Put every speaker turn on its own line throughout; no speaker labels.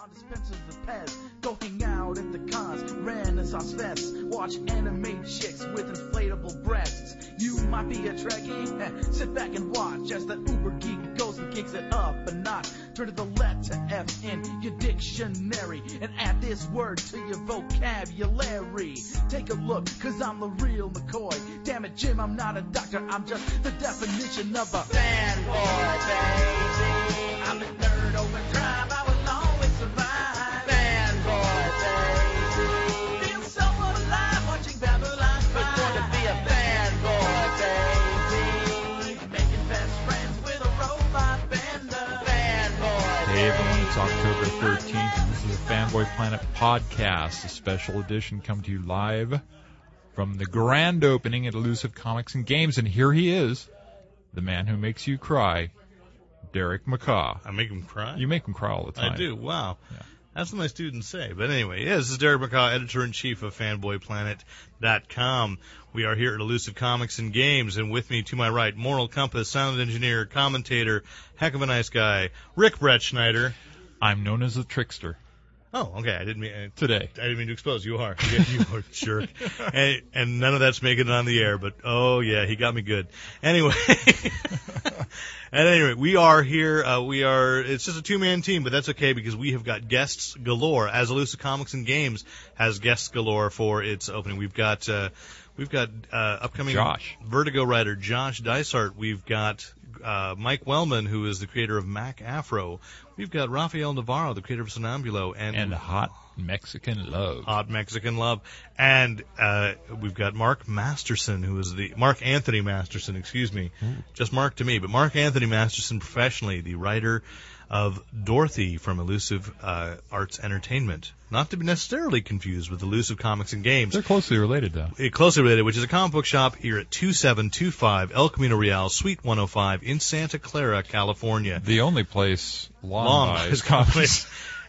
On dispensers of Pez, go hang out at the cons, Renaissance Fest, watch anime chicks with inflatable breasts. You might be a Trekkie, eh, sit back and watch as the Uber geek goes and kicks it up a notch. Turn to the letter F in your dictionary and add this word to your vocabulary. Take a look, cause I'm the real McCoy. Damn it, Jim, I'm not a doctor, I'm just the definition of a fanboy, baby. I'm a nerd over crime. I will always survive. Fanboy, baby. Feel so alive watching Babylon 5. It's going to be a fanboy, baby. Making best friends with a robot bender. Fanboy,
Hey everyone, it's October 13th. This is the Fanboy Planet podcast, a special edition come to you live from the grand opening at Elusive Comics and Games. And here he is, the man who makes you cry, Derek McCaw.
I make him cry.
You make him cry all the time.
I do. Wow. That's what my students say. But anyway, yeah, this is Derek McCaw, editor in chief of FanboyPlanet.com. We are here at Elusive Comics and Games, and with me to my right, moral compass, sound engineer, commentator, heck of a nice guy, Rick Brett Schneider.
I'm known as the trickster
Oh, okay. I didn't mean I
today.
I didn't mean to expose. You are. Yeah, you are a jerk. And, and none of that's making it on the air, but oh yeah, he got me good. Anyway. At any rate, we are here. Uh, we are. It's just a two-man team, but that's okay because we have got guests galore. As Elusive Comics and Games has guests galore for its opening. We've got uh, we've got uh, upcoming
Josh.
Vertigo writer Josh Dysart. We've got uh, Mike Wellman, who is the creator of Mac Afro. We've got Rafael Navarro, the creator of Sonambulo,
And hot Mexican love.
Hot Mexican Love. And uh, we've got Mark Masterson, who is the Mark Anthony Masterson, excuse me, just Mark to me, but Mark Anthony Masterson, professionally, the writer of Dorothy from Elusive uh, Arts Entertainment, not to be necessarily confused with Elusive Comics and Games.
They're closely related, though.
It closely related, which is a comic book shop here at 2725 El Camino Real, Suite 105 in Santa Clara, California.
The only place long,
Long
buys
buys
comics.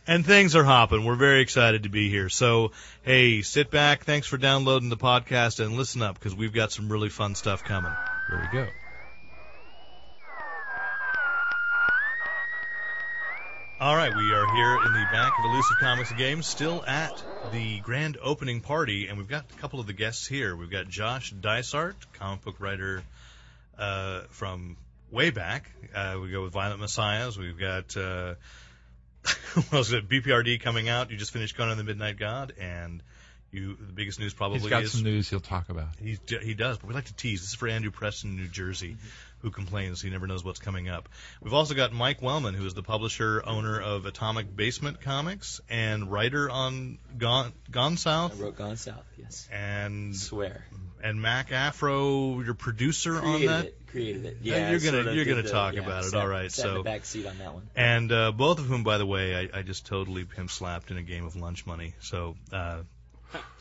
And things are hopping. We're very excited to be here. So, hey, sit back. Thanks for downloading the podcast and listen up because we've got some really fun stuff coming.
Here we go.
All right, we are here in the back of Elusive Comics and Games, still at the grand opening party, and we've got a couple of the guests here. We've got Josh Dysart, comic book writer uh, from way back. Uh, we go with Violent Messiahs. We've got uh, what else is it? BPRD coming out. You just finished Conan the Midnight God, and you the biggest news probably
He's got
is
some news he'll talk about.
He d- he does, but we like to tease. This is for Andrew Preston, New Jersey,
Mm-hmm.
who complains he never knows what's coming up. We've also got Mike Wellman, who is the publisher, owner of Atomic Basement Comics, and writer on Gone, Gone
I
South,
wrote Gone South, yes. Mm-hmm.
and
Swear.
and Mac Afro, your producer on
Created
that.
it. Created it.
Yeah,
Yeah.
you're gonna-
sort of
you're
did
gonna
the-
talk
yeah,
about it,
sat-
alright,
Sat in
so-
the back seat on that one.
And uh, both of whom, by the way, I, I just totally pimp slapped in a game of lunch money. So uh,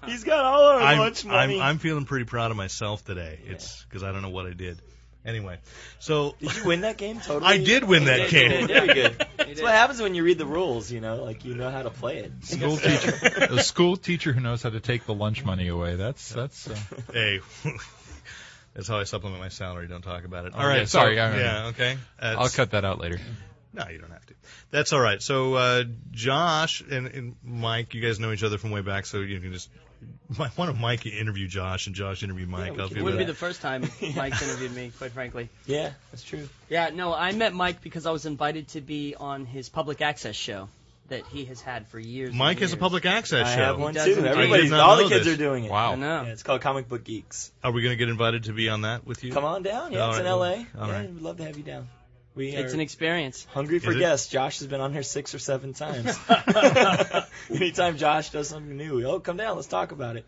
He's got all our
I'm,
lunch
I'm
money.
I'm feeling pretty proud of myself today. It's because I don't know what I did. Anyway, so
did you win that game? Totally.
I did win that
did,
game.
you did. Very good. That's what happens when you read the rules. You know, like you know how to play it.
School teacher, a school teacher who knows how to take the lunch money away. That's that's. Uh,
hey, that's how I supplement my salary. Don't talk about it.
Oh,
All right,
yeah, sorry,
so-
I remember.
yeah, okay.
I'll
That's-
cut that out later.
No, you don't have to. That's all right. So, uh, Josh and, and Mike, you guys know each other from way back, so you can just. Why don't Mike interview Josh and Josh interview Mike?
we
I'll feel
can do
Wouldn't be
that.
the first time Mike's interviewed me, quite frankly.
Yeah, that's true.
Yeah, no, I met Mike because I was invited to be on his public access show that he has had for years. and
Mike has a
years.
public access
I
show.
have one
does
too.
indeed.
I did
Everybody's
not
all the
know
kids
this.
are doing it.
Wow.
I know.
Yeah, it's called Comic Book Geeks.
Are we going to get invited to be on that with you?
Come on down. Yeah,
All
it's in
right.
L.A.
All
yeah,
right.
we'd love to have you down. We
It's
are
an experience.
hungry for
Is it?
guests. Josh has been on here six or seven times. Anytime Josh does something new, oh, come down. Let's talk about it.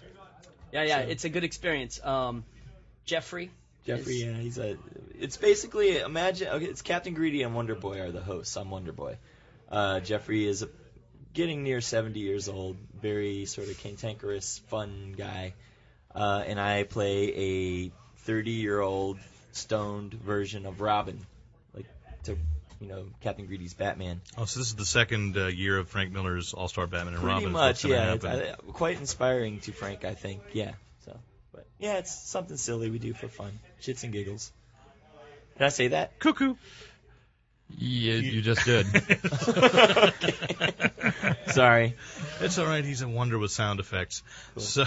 Yeah, yeah,
So-
it's a good experience. Um, Jeffrey,
Jeffrey,
Is-
yeah, he's a. It's basically imagine. Okay, it's Captain Greedy and Wonder Boy are the hosts. I'm Wonder Boy. Uh, Jeffrey is a, getting near 70 years old, very sort of cantankerous, fun guy, uh, and I play a 30 year old stoned version of Robin, like to you know Captain Greedy's Batman.
Oh, so this is the second uh, year of Frank Miller's All Star Batman and
Pretty
Robin. is what's
much,
gonna
yeah. It's,
happen.
uh, quite inspiring to Frank, I think. Yeah. So, but yeah, it's something silly we do for fun, shits and giggles. Did I say that?
Cuckoo.
Yeah, you just did.
Sorry.
It's all right. He's a wonder with sound effects. So,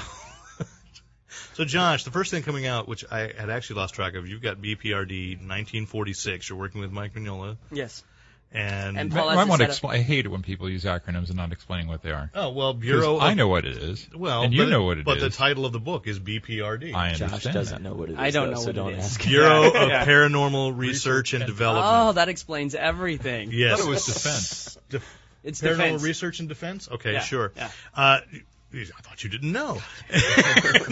so Josh, the first thing coming out, which I had actually lost track of, you've got BPRD 1946. You're working with Mike Mignola,
yes.
and,
And- Paul
I,
has
I
it
want to
set up-
expl- I hate it when people use acronyms and not explaining what they are.
oh well,
'Cause
Bureau. of-
I know what it is.
Well,
and you
but
know what it is.
But the title of the book is BPRD.
I
Josh
understand
doesn't
that.
know what it is.
I don't
though,
know
so
what it
don't
is.
ask.
Bureau of
Yeah.
Paranormal Research and
and
Development.
Oh, that explains everything.
yes,
But it was defense.
It's
Paranormal
defense.
Research and Defense. Okay,
Yeah,
sure.
yeah.
Uh, I thought you didn't know.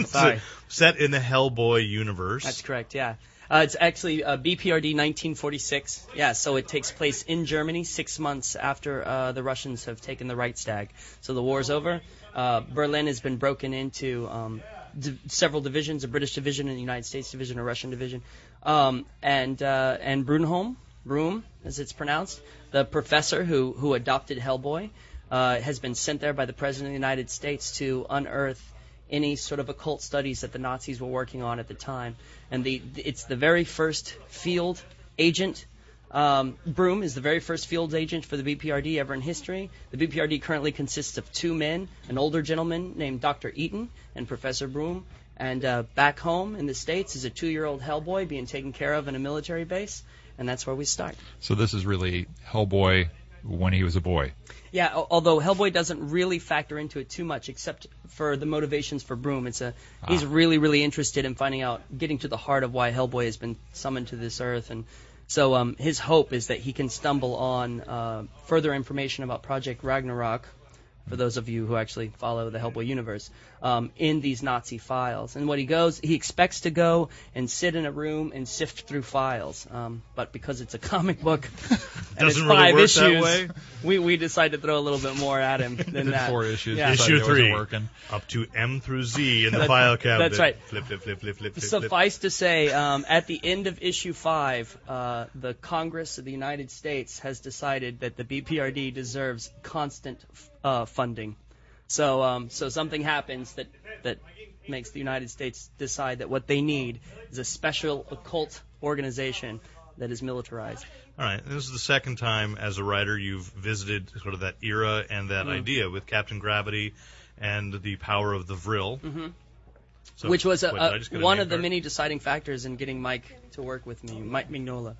Sorry.
Set in the Hellboy universe.
That's correct. Yeah. Uh, it's actually uh, BPRD 1946. Yeah, so it takes place in Germany six months after uh, the Russians have taken the Reichstag. So the war's over. Uh, Berlin has been broken into um, d- several divisions: a British division, a United States division, a Russian division, um, and uh, and Brunholm, Broom, as it's pronounced, the professor who who adopted Hellboy, uh, has been sent there by the president of the United States to unearth any sort of occult studies that the Nazis were working on at the time. And the it's the very first field agent. Um, Broom is the very first field agent for the BPRD ever in history. The BPRD currently consists of two men, an older gentleman named Dr. Eaton and Professor Broom. And uh, back home in the States is a two year old Hellboy being taken care of in a military base. And that's where we start.
So this is really Hellboy when he was a boy.
Yeah, al- although Hellboy doesn't really factor into it too much, except for the motivations for Broom. It's a
Ah.
he's really really interested in finding out, getting to the heart of why Hellboy has been summoned to this earth, and so um, his hope is that he can stumble on uh, further information about Project Ragnarok. For those of you who actually follow the Hellboy universe, um, in these Nazi files, and what he goes, he expects to go and sit in a room and sift through files, um, but because it's a comic book, and it's
Doesn't really
five
work
issues,
that way.
we we decided to throw a little bit more at him than that.
Four issues.
Yeah.
decided
Issue
it wasn't
three.
Working.
Up to M through Z in the file cabinet.
that's right.
Flip, flip, flip, flip, flip, flip. flip.
Suffice to say, um, at the end of issue five, uh, the Congress of the United States has decided that the BPRD deserves constant f- uh, funding. So, um, so something happens that that makes the United States decide that what they need is a special occult organization that is militarized.
All right. This is the second time as a writer you've visited sort of that era and that
Mm-hmm.
idea with Captain Gravity and the power of the Vril. Mm-hmm. So,
which was a,
what, did I just
a,
get a
one
name
of the
card?
many deciding factors in getting Mike to work with me. Mike Mignola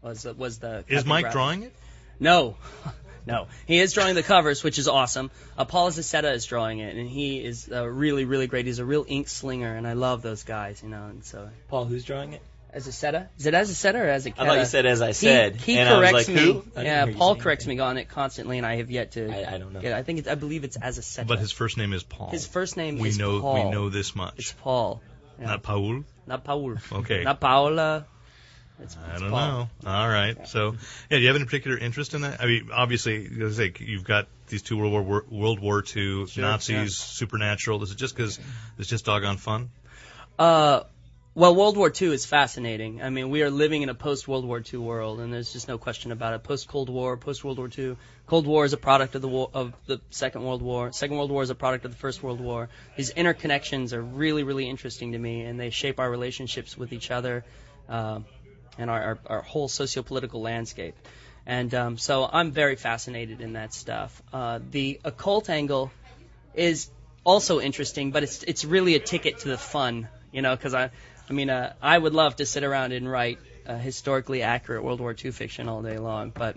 was was the
Is
Captain
Mike
Graphic.
drawing it?
No, no, he is drawing the covers, which is awesome. Uh, Paul Zaceta is drawing it, and he is uh, really really great. He's a real ink slinger, and I love those guys, you know. And so
Paul, who's drawing it?
as Zaceta, is it as Zaceta or as a
I thought you said as I said.
He, he
and
corrects
I was like,
me.
Who? I didn't
Yeah,
hear you
Paul
say
corrects
anything.
me on it constantly, and I have yet to.
I, I don't know.
yeah, I think it's, I believe it's as Zaceta.
But his first name is Paul.
His first name
we
is
know
Paul.
we know this much.
It's Paul, yeah.
Not Paul.
not Paul.
Okay.
Not Paola. It's,
I
it's
don't
Paul.
know. All right. So, yeah, do you have any particular interest in that? I mean, obviously, as I say, you've got these two World War War- World War II Nazis,
yeah.
supernatural. Is it just because it's just doggone fun?
Uh, well, World War II is fascinating. I mean, we are living in a post World War II world, and there's just no question about it. Post Cold War, post World War II. Cold War is a product of the war, of the Second World War. Second World War is a product of the First World War. These interconnections are really, really interesting to me, and they shape our relationships with each other, uh, and our, our our whole sociopolitical landscape. And um, so I'm very fascinated in that stuff. Uh, the occult angle is also interesting, but it's it's really a ticket to the fun, you know, because I I mean uh, I would love to sit around and write uh, historically accurate World War II fiction all day long, but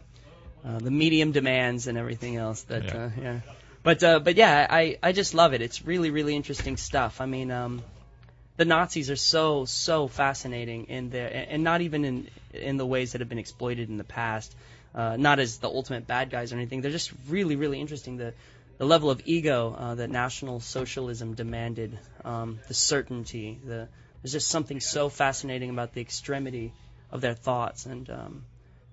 uh, the medium demands and everything else that
Yeah.
Uh, yeah. But uh, but yeah, I I just love it. It's really really interesting stuff. I mean um. The Nazis are so so fascinating in their and and not even in in the ways that have been exploited in the past, uh, not as the ultimate bad guys or anything. They're just really really interesting. The the level of ego uh, that National Socialism demanded, um, the certainty, the there's just something so fascinating about the extremity of their thoughts and um,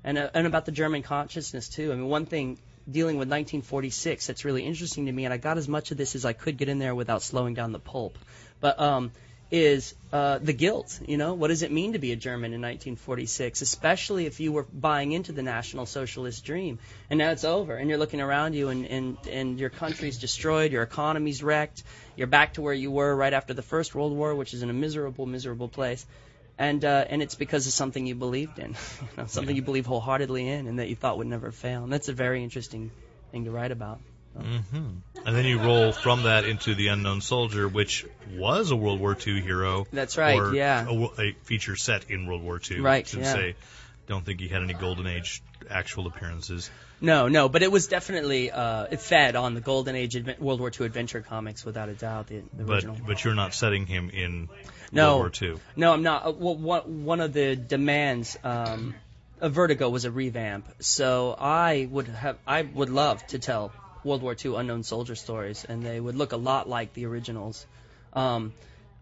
and uh, and about the German consciousness too. I mean, one thing dealing with 1946 that's really interesting to me, and I got as much of this as I could get in there without slowing down the pulp, but um, is uh, the guilt. You know, what does it mean to be a German in 1946, especially if you were buying into the National Socialist dream, and now it's over, and you're looking around you, and and and your country's destroyed, your economy's wrecked, you're back to where you were right after the First World War, which is in a miserable, miserable place and uh, and it's because of something you believed in, you know, something you believe wholeheartedly in, and that you thought would never fail. And that's a very interesting thing to write about.
hmm And then you roll from that into the Unknown Soldier, which was a World War II hero.
That's right,
or
yeah.
A, wo- a feature set in World War II.
Right,
Should
yeah.
say. Don't think he had any Golden Age actual appearances.
No, no, but it was definitely uh, it fed on the Golden Age adven- World War II adventure comics without a doubt. The, the
But
original.
but you're not setting him in
No.
World War II.
No, I'm not. Uh, well, one, one of the demands um, of Vertigo was a revamp, so I would have, I would love to tell World War II unknown soldier stories, and they would look a lot like the originals. Um,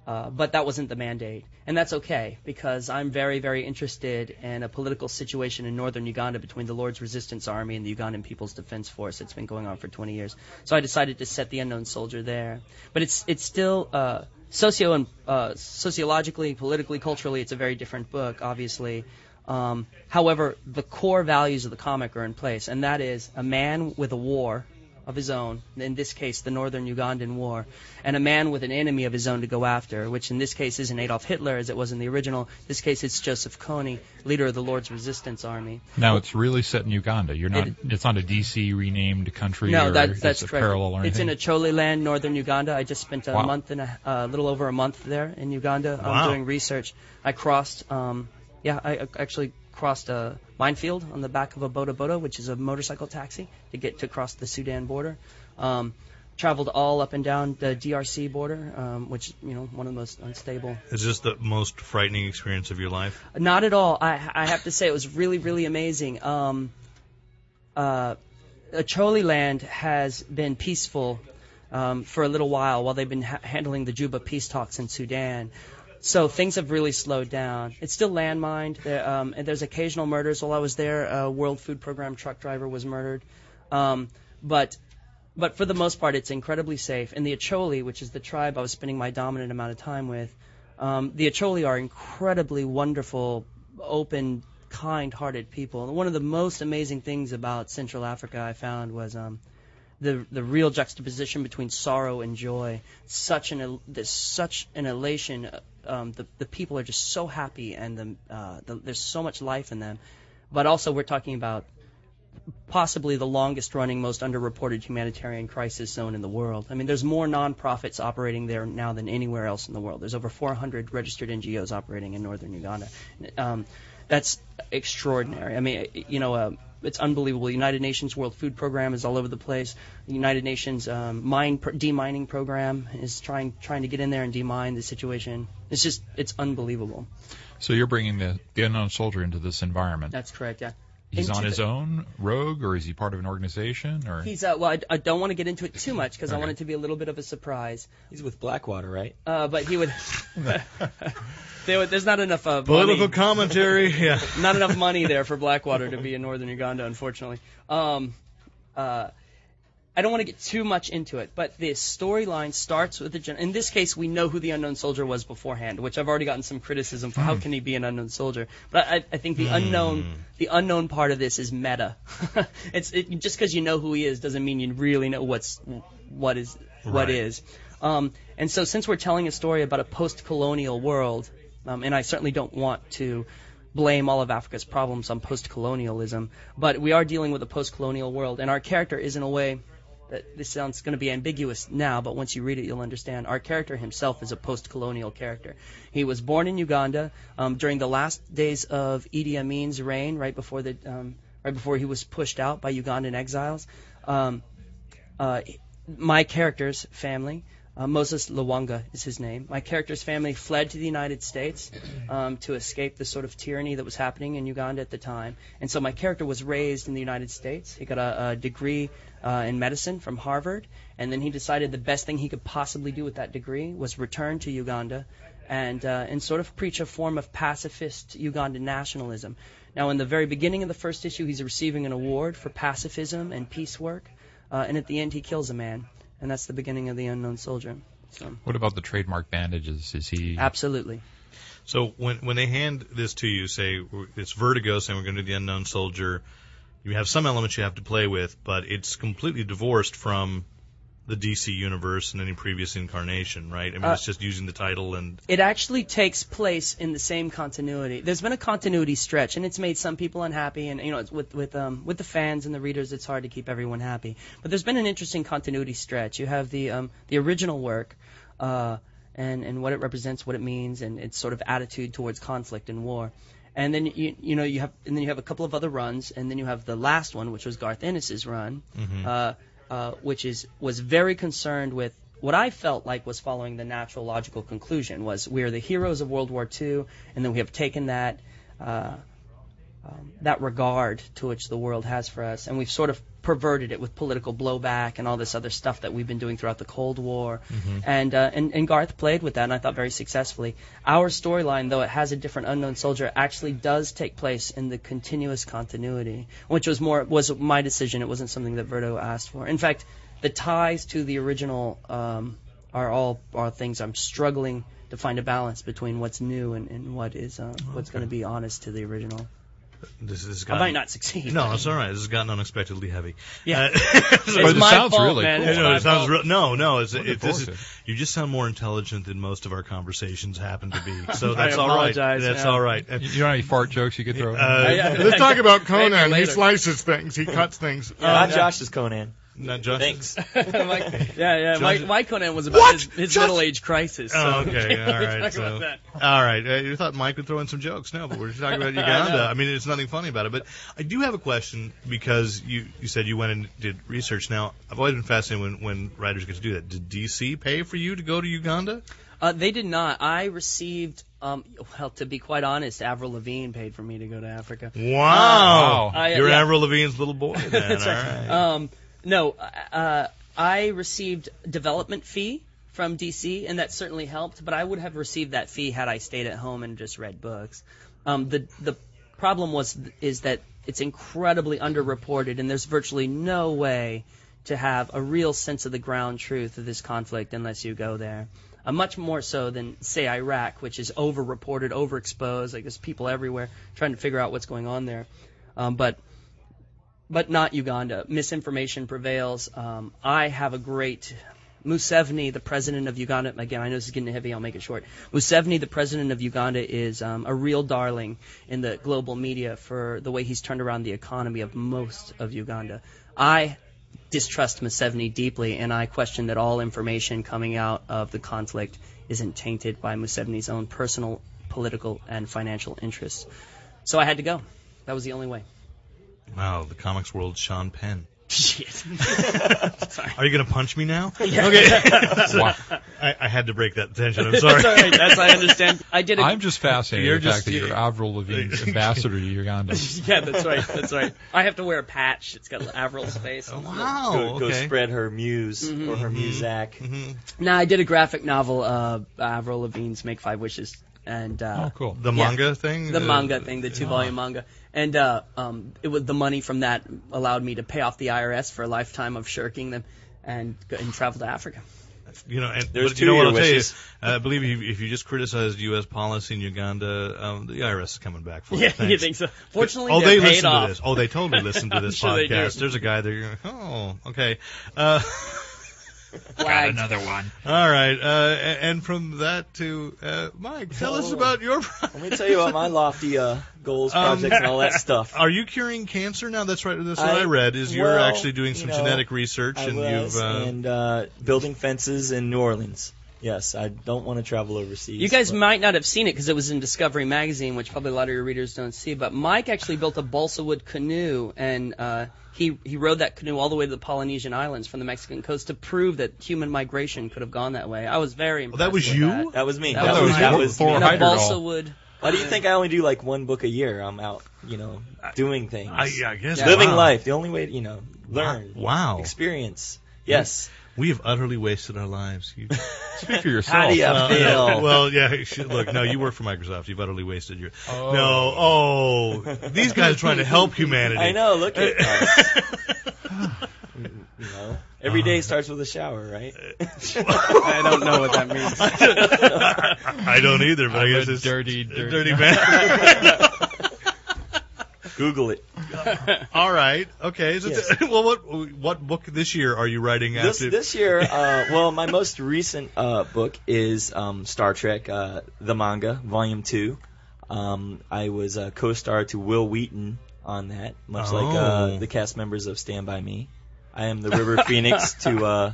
uh, but that wasn't the mandate, and that's okay because I'm very, very interested in a political situation in northern Uganda between the Lord's Resistance Army and the Ugandan People's Defense Force. It's been going on for 20 years, so I decided to set the unknown soldier there. But it's it's still uh, socio and uh, sociologically, politically, culturally, it's a very different book, obviously. Um, however, the core values of the comic are in place, and that is a man with a war of his own, in this case, the Northern Ugandan War, and a man with an enemy of his own to go after, which in this case isn't Adolf Hitler as it was in the original. this case, it's Joseph Kony, leader of the Lord's Resistance Army.
Now it's really set in Uganda. You're not.
It-
it's not a DC renamed country.
No,
or
that,
it's
that's
a
correct.
parallel or
it's in
anything.
Acholi land, northern Uganda. I just spent a
Wow.
month and a uh, little over a month there in Uganda um,
Wow.
doing research. I crossed, um, yeah, I ac- actually crossed a minefield on the back of a boda boda, which is a motorcycle taxi, to get to cross the Sudan border. Um, traveled all up and down the DRC border, um, which is, you know one of the most unstable
Is this the most frightening experience of your life?
not at all. I, I have to say it was really, really amazing. Um, uh, Acholi land has been peaceful um, for a little while while they've been ha- handling the Juba peace talks in Sudan. So things have really slowed down. It's still landmined. There, um, and there's occasional murders. While I was there, a World Food Program truck driver was murdered. Um, but but for the most part, it's incredibly safe. And the Acholi, which is the tribe I was spending my dominant amount of time with, um, the Acholi are incredibly wonderful, open, kind-hearted people. And one of the most amazing things about Central Africa I found was um, the the real juxtaposition between sorrow and joy. Such an el- there's such an elation. uh, Um, the the people are just so happy, and the, uh, the there's so much life in them. But also, we're talking about possibly the longest running, most underreported humanitarian crisis zone in the world. I mean, there's more nonprofits operating there now than anywhere else in the world. There's over 400 registered NGOs operating in northern Uganda. Um, that's extraordinary. I mean, you know, uh, it's unbelievable. United Nations World Food Program is all over the place. The United Nations um, mine pr- demining program is trying trying to get in there and demine the situation. It's just it's unbelievable.
so you're bringing the, the unknown soldier into this environment.
That's correct. Yeah.
He's
into
on his
the-
own, rogue, or is he part of an organization? Or
He's uh, well. I, I don't want to get into it too much because I
Okay.
want it to be a little bit of a surprise.
He's with Blackwater, right?
Uh, but he would. there, would- there's not enough uh,
Political
money,
commentary. Yeah.
not enough money there for Blackwater to be in northern Uganda, unfortunately. Um, uh, I don't want to get too much into it, but the storyline starts with the. Gen- in this case, we know who the unknown soldier was beforehand, which I've already gotten some criticism for. How can he be an unknown soldier? But I, I think the unknown,
Hmm. Mm.
the unknown part of this is meta. it's it, just because you know who he is doesn't mean you really know what's what is what
Right.
is. Um, and so, since we're telling a story about a post-colonial world, um, and I certainly don't want to blame all of Africa's problems on post-colonialism, but we are dealing with a post-colonial world, and our character is in a way that this sounds going to be ambiguous now, but once you read it, you'll understand. Our character himself is a post-colonial character. He was born in Uganda um, during the last days of Idi Amin's reign, right before the um, right before he was pushed out by Ugandan exiles. Um, uh, my character's family. Uh, Moses Lwanga is his name. My character's family fled to the United States um, to escape the sort of tyranny that was happening in Uganda at the time. And so my character was raised in the United States. He got a, a degree uh, in medicine from Harvard, and then he decided the best thing he could possibly do with that degree was return to Uganda and uh, and sort of preach a form of pacifist Ugandan nationalism. Now, in the very beginning of the first issue, he's receiving an award for pacifism and peace work uh, and at the end he kills a man, and that's the beginning of the unknown soldier. So
what about the trademark bandages? Is he?
absolutely,
So when when they hand this to you, say we're- it's Vertigo, saying we're going to do the Unknown Soldier, you have some elements you have to play with, but it's completely divorced from the the DC universe and any previous incarnation, right? I mean,
Uh,
it's just using the title and
It actually takes place in the same continuity. There's been a continuity stretch, and it's made some people unhappy. And you know, it's with with um, with the fans and the readers, it's hard to keep everyone happy. But there's been an interesting continuity stretch. You have the um, the original work, uh, and and what it represents, what it means, and its sort of attitude towards conflict and war. And then you you know you have and then you have a couple of other runs, and then you have the last one, which was Garth Ennis's run, uh, uh, which is was very concerned with what I felt like was following the natural logical conclusion was we are the heroes of World War II, and then we have taken that uh, um, that regard to which the world has for us, and we've sort of perverted it with political blowback and all this other stuff that we've been doing throughout the Cold War. And, uh, and and Garth played with that, and I thought very successfully. Our storyline, though it has a different unknown soldier, actually does take place in the continuous continuity, which was more was my decision. It wasn't something that Verto asked for. In fact, the ties to the original um, are all are things I'm struggling to find a balance between what's new and, and what is uh, what's going to be honest to the original.
this is.
I might not succeed.
No, it's all right. This has gotten unexpectedly heavy.
Yeah.
Uh, so-
But it
my
sounds
fault,
really
man.
cool.
It's
No,
my
it sounds
fault.
real, no, no. It's,
Looking
it, this
forward
is, you just sound more intelligent than most of our conversations happen to be. So
I
that's all right.
apologize,
That's
yeah.
all right. Uh,
You you know any fart jokes you could throw? in?
Uh,
Let's talk about
Maybe
Conan. He
later.
slices things. He cuts things.
Not
yeah.
Josh's Conan.
not Josh.
Thanks.
Mike- yeah, yeah.
Judge-
My, my Conan was about
What?
his, his
Judge-
middle age crisis. So
Oh, okay.
can't
All
really
right,
talk
so-
about that.
All right. Uh, you thought Mike would throw in some jokes. No, but we're just talking about Uganda. I, mean, it's nothing funny about it. But I do have a question because you, you said you went and did research. Now, I've always been fascinated when, when writers get to do that. Did DC pay for you to go to Uganda?
Uh, they did not. I received. Um, well, to be quite honest, Avril Lavigne paid for me to go to Africa.
Wow.
Wow.
I- uh,
You're
yeah.
Avril Lavigne's little boy then.
That's
all
right.
right.
Um, no, uh, I received development fee from DC, and that certainly helped. But I would have received that fee had I stayed at home and just read books. Um, the the problem was is that it's incredibly underreported, and there's virtually no way to have a real sense of the ground truth of this conflict unless you go there. Uh, much more so than say Iraq, which is overreported, overexposed. Like there's people everywhere trying to figure out what's going on there. Um, but but not Uganda. Misinformation prevails. Um, I have a great Museveni, the president of Uganda. Again, I know this is getting heavy. I'll make it short. Museveni, the president of Uganda, is um, a real darling in the global media for the way he's turned around the economy of most of Uganda. I distrust Museveni deeply, and I question that all information coming out of the conflict isn't tainted by Museveni's own personal, political, and financial interests. So I had to go. That was the only way.
Wow, the comics world, Sean Penn.
Shit.
Are you going to punch me now? Okay. So,
Wow.
I, I had to break that tension. I'm sorry.
All right, that's I understand. I did. A,
I'm just fascinated
You're
with the
just-
fact that you're
you-
Avril Lavigne's ambassador to Uganda.
yeah, that's right. That's right. I have to wear a patch. It's got Avril's face. on it.
Oh, Wow.
oh,
Go, go
okay.
spread her muse or
Mm-hmm.
her muzak.
Mhm.
Nah, I did a graphic novel, uh, Avril Levine's Make Five Wishes, and uh,
Oh, cool.
The
Yeah.
manga thing?
the
Uh,
manga thing, the two volume manga. And uh, um, it was the money from that allowed me to pay off the IRS for a lifetime of shirking them, and go- and travel to Africa.
You know, and,
There's
but
two
you know what
year
I'll tell you. uh,
wishes.
I believe if, if you just criticized U.S. policy in Uganda, um, the IRS is coming back for you.
you
Thanks.
think so? Fortunately,
oh,
they're
they
paid
listen
off.
to this. Oh, they totally listen to
I'm
this
sure they do.
podcast. There's a guy there. Oh, okay. Uh, Oh,
Wagged.
one.
all right. Uh, a- and from that to uh, Mike, tell us
Oh.
about your.
Let me tell you about my lofty uh, goals,
Um,
projects, and all that stuff.
Are you curing cancer now? That's right. That's what I,
I-
read. Is you're
well,
actually doing
you
some
know,
genetic research
I
and
was,
you've. Uh,
and uh, building fences in New Orleans. Yes, I don't want to travel overseas.
You guys
but-
might not have seen it because it was in Discovery Magazine, which probably a lot of your readers don't see. But Mike actually built a balsa wood canoe, and uh, he he rode that canoe all the way to the Polynesian Islands from the Mexican coast to prove that human migration could have gone that way. I was very
well,
impressed.
Oh, that was
with
you.
That.
That was me.
That
That,
was
was,
me.
that was
Thor
me.
In a
Hydrogel.
balsa wood.
Why do you think I only do like one book a year? I'm out, you know, doing things,
I, I guess
Yeah.
living
wow.
life. The only way, to, you know, learn,
Wow.
experience. Yes.
We have utterly wasted our lives. You
Speak for yourself. Uh,
How do you
Well,
feel?
well, yeah. you should- Look, no, you work for Microsoft. You've utterly wasted your.
Oh.
No, oh, these guys are trying to help humanity.
I know. Look at us. you know, every day starts with a shower, right?
I don't know what that means.
I don't either, but i
I'm a
guess it's
dirty, dirty-
dirty man.
Google it.
All right. Okay. So
Yes.
well, what what book this year are you writing
This,
after?
this year, uh, well, my most recent uh, book is um, Star Trek, uh, the manga, Volume 2. Um, I was a co star to Will Wheaton on that, much like
Oh.
uh, the cast members of Stand By Me. I am the River Phoenix to uh,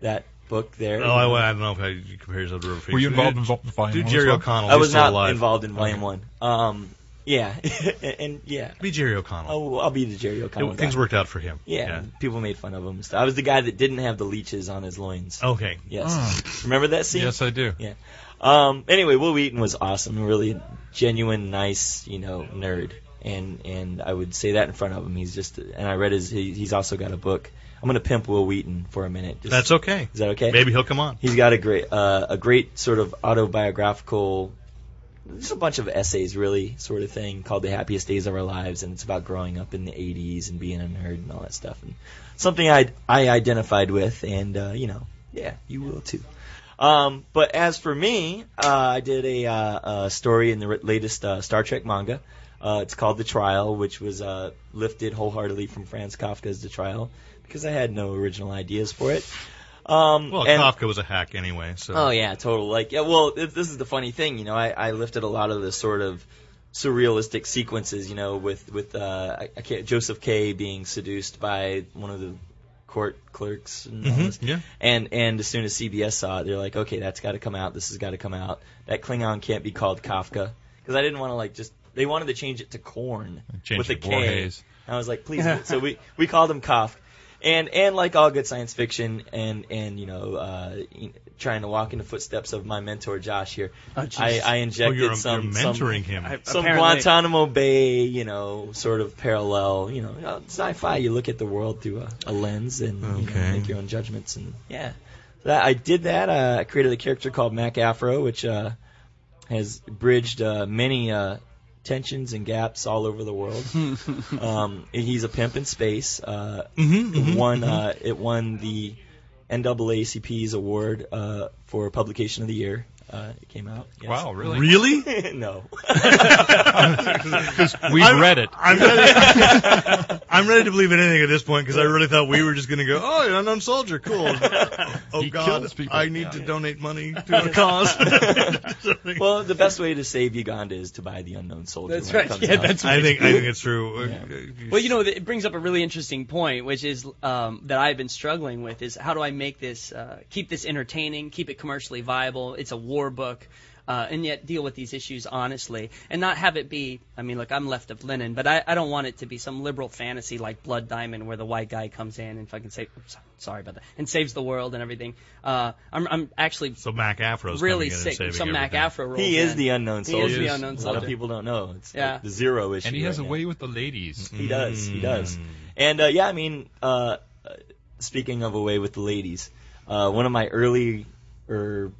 that book there.
oh, I, I don't know if I, you compare yourself to River Phoenix.
Were you involved in
Dude,
Vol- Volume
Dude,
One
Jerry
as well?
O'Connell.
I
he's
was
still
not
alive.
involved in Volume 1. Um, yeah. and, and yeah.
Be Jerry O'Connell.
Oh, I'll be the Jerry O'Connell.
It- things
guy.
worked out for him.
Yeah, people made fun of him. and stuff. I was the guy that didn't have the leeches on his loins.
Okay.
Yes.
Oh.
Remember that scene?
Yes, I do.
Um, anyway, Will Wheaton was awesome. Really genuine, nice, you know, nerd. And and I would say that in front of him. He's just. And I read his. He, he's also got a book. I'm gonna pimp Will Wheaton for a minute. Just,
That's okay.
Is that okay?
Maybe he'll come on.
He's got a great uh, a great sort of autobiographical. Just a bunch of essays, really, sort of thing, called "The Happiest Days of Our Lives," and it's about growing up in the '80s and being a nerd and all that stuff, and something I I identified with, and uh, you know, yeah, you will too. Um, but as for me, uh, I did a, uh, a story in the r- latest uh, Star Trek manga. Uh, it's called The Trial, which was uh, lifted wholeheartedly from Franz Kafka's The Trial because I had no original ideas for it. Um,
Well,
and-
Kafka was a hack anyway. So.
Oh yeah, total. Like, yeah, well, th- this is the funny thing, you know. I, I lifted a lot of the sort of surrealistic sequences, you know, with with uh, I, I can't, Joseph K being seduced by one of the court clerks and all
Mhm,
this.
yeah.
And and as soon as CBS saw it, they're like, okay, that's got to come out. This has got to come out. That Klingon can't be called Kafka because I didn't want to like just. They wanted to change it to corn.
Change
With
to
a K.
Borges.
I was like, please. so we we called him Kafka. And and like all good science fiction, and and you know, uh, y- trying to walk in the footsteps of my mentor Josh here, I, I
Oh,
injected
you're, you're
some
mentoring him.
some, some
Apparently.
Guantanamo Bay, you know, sort of parallel. You know, uh, sci-fi. You look at the world through a, a lens, and you
Okay.
know, make your own judgments. And yeah, so that, I did that. Uh, I created a character called Mac Afro, which uh, has bridged uh, many uh, tensions and gaps all over the world. um, and he's a pimp in space. Uh,
Mhm,
Mm-hmm.
mhm,
it won
mhm.
uh, it won the NAACP's award uh, for publication of the year. Uh, it came out. yes.
Wow, really?
Really?
no.
We've read it.
I'm ready, I'm ready to believe in anything at this point because I really thought we were just going to go, oh, an unknown soldier, cool. Oh,
He
God,
kills people.
I need to donate money to a cause.
Well, the best way to save Uganda is to buy the unknown soldier.
That's
when it
right.
comes
Yeah,
out.
that's
I think I think it's true.
Well, you know, it brings up a really interesting point, which is um, that I've been struggling with: is how do I make this, uh, keep this entertaining, keep it commercially viable? It's a war book, uh, and yet deal with these issues honestly, and not have it be. I mean, look, I'm left of Lenin, but I, I don't want it to be some liberal fantasy like Blood Diamond, where the white guy comes in and fucking say, oops, sorry about that, and saves the world and everything. Uh, I'm, I'm actually
so Mac Afro's
really
coming in
sick.
and saving
Some Mac
everything.
Afro rolls
He is
in.
the unknown
He
soldier.
is
the
unknown
A lot of
soldier.
people don't know. It's like
Yeah.
the zero issue.
And he has
right
a
now.
way with the ladies.
He does. He
Mm.
does. And uh, yeah, I mean, uh, uh, speaking of away with the ladies, uh, one of my early er,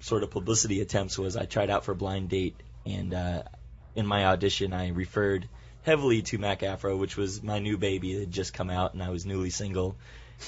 sort of publicity attempts was I tried out for Blind Date, and uh, in my audition I referred heavily to Mac Afro, which was my new baby that had just come out, and I was newly single,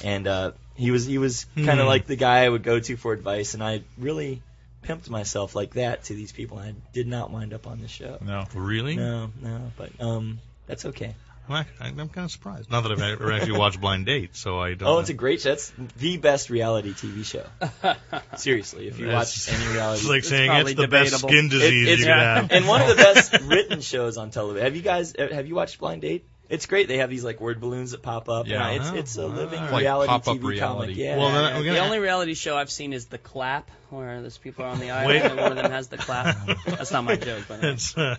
and uh, he was he was kind of
Hmm.
like the guy I would go to for advice, and I really pimped myself like that to these people, and I did not wind up on the show.
No.
Really?
No, no, but um, that's okay.
I'm, act- I'm kind of surprised. Not that I've ever actually watched Blind Date, so I don't.
Oh, it's a great show. That's the best reality TV show. Seriously, if you
That's-
watch any reality,
It's like
It's
saying it's
probably
the best
debatable.
skin
It-
disease
it's-
you have.
and one of the best written shows on television. Have you guys e, have you watched Blind Date? It's great. They have these like word balloons that pop up.
Yeah.
and it's
Oh,
it's a living
wow.
Like
reality
pop-up
TV
reality.
comic. Yeah.
Well, then
Yeah,
I'm
the
gonna-
only reality show I've seen is The Clap, where those people are on the island
Wait.
and one of them has the clap. That's not my joke, but uh,
It's uh,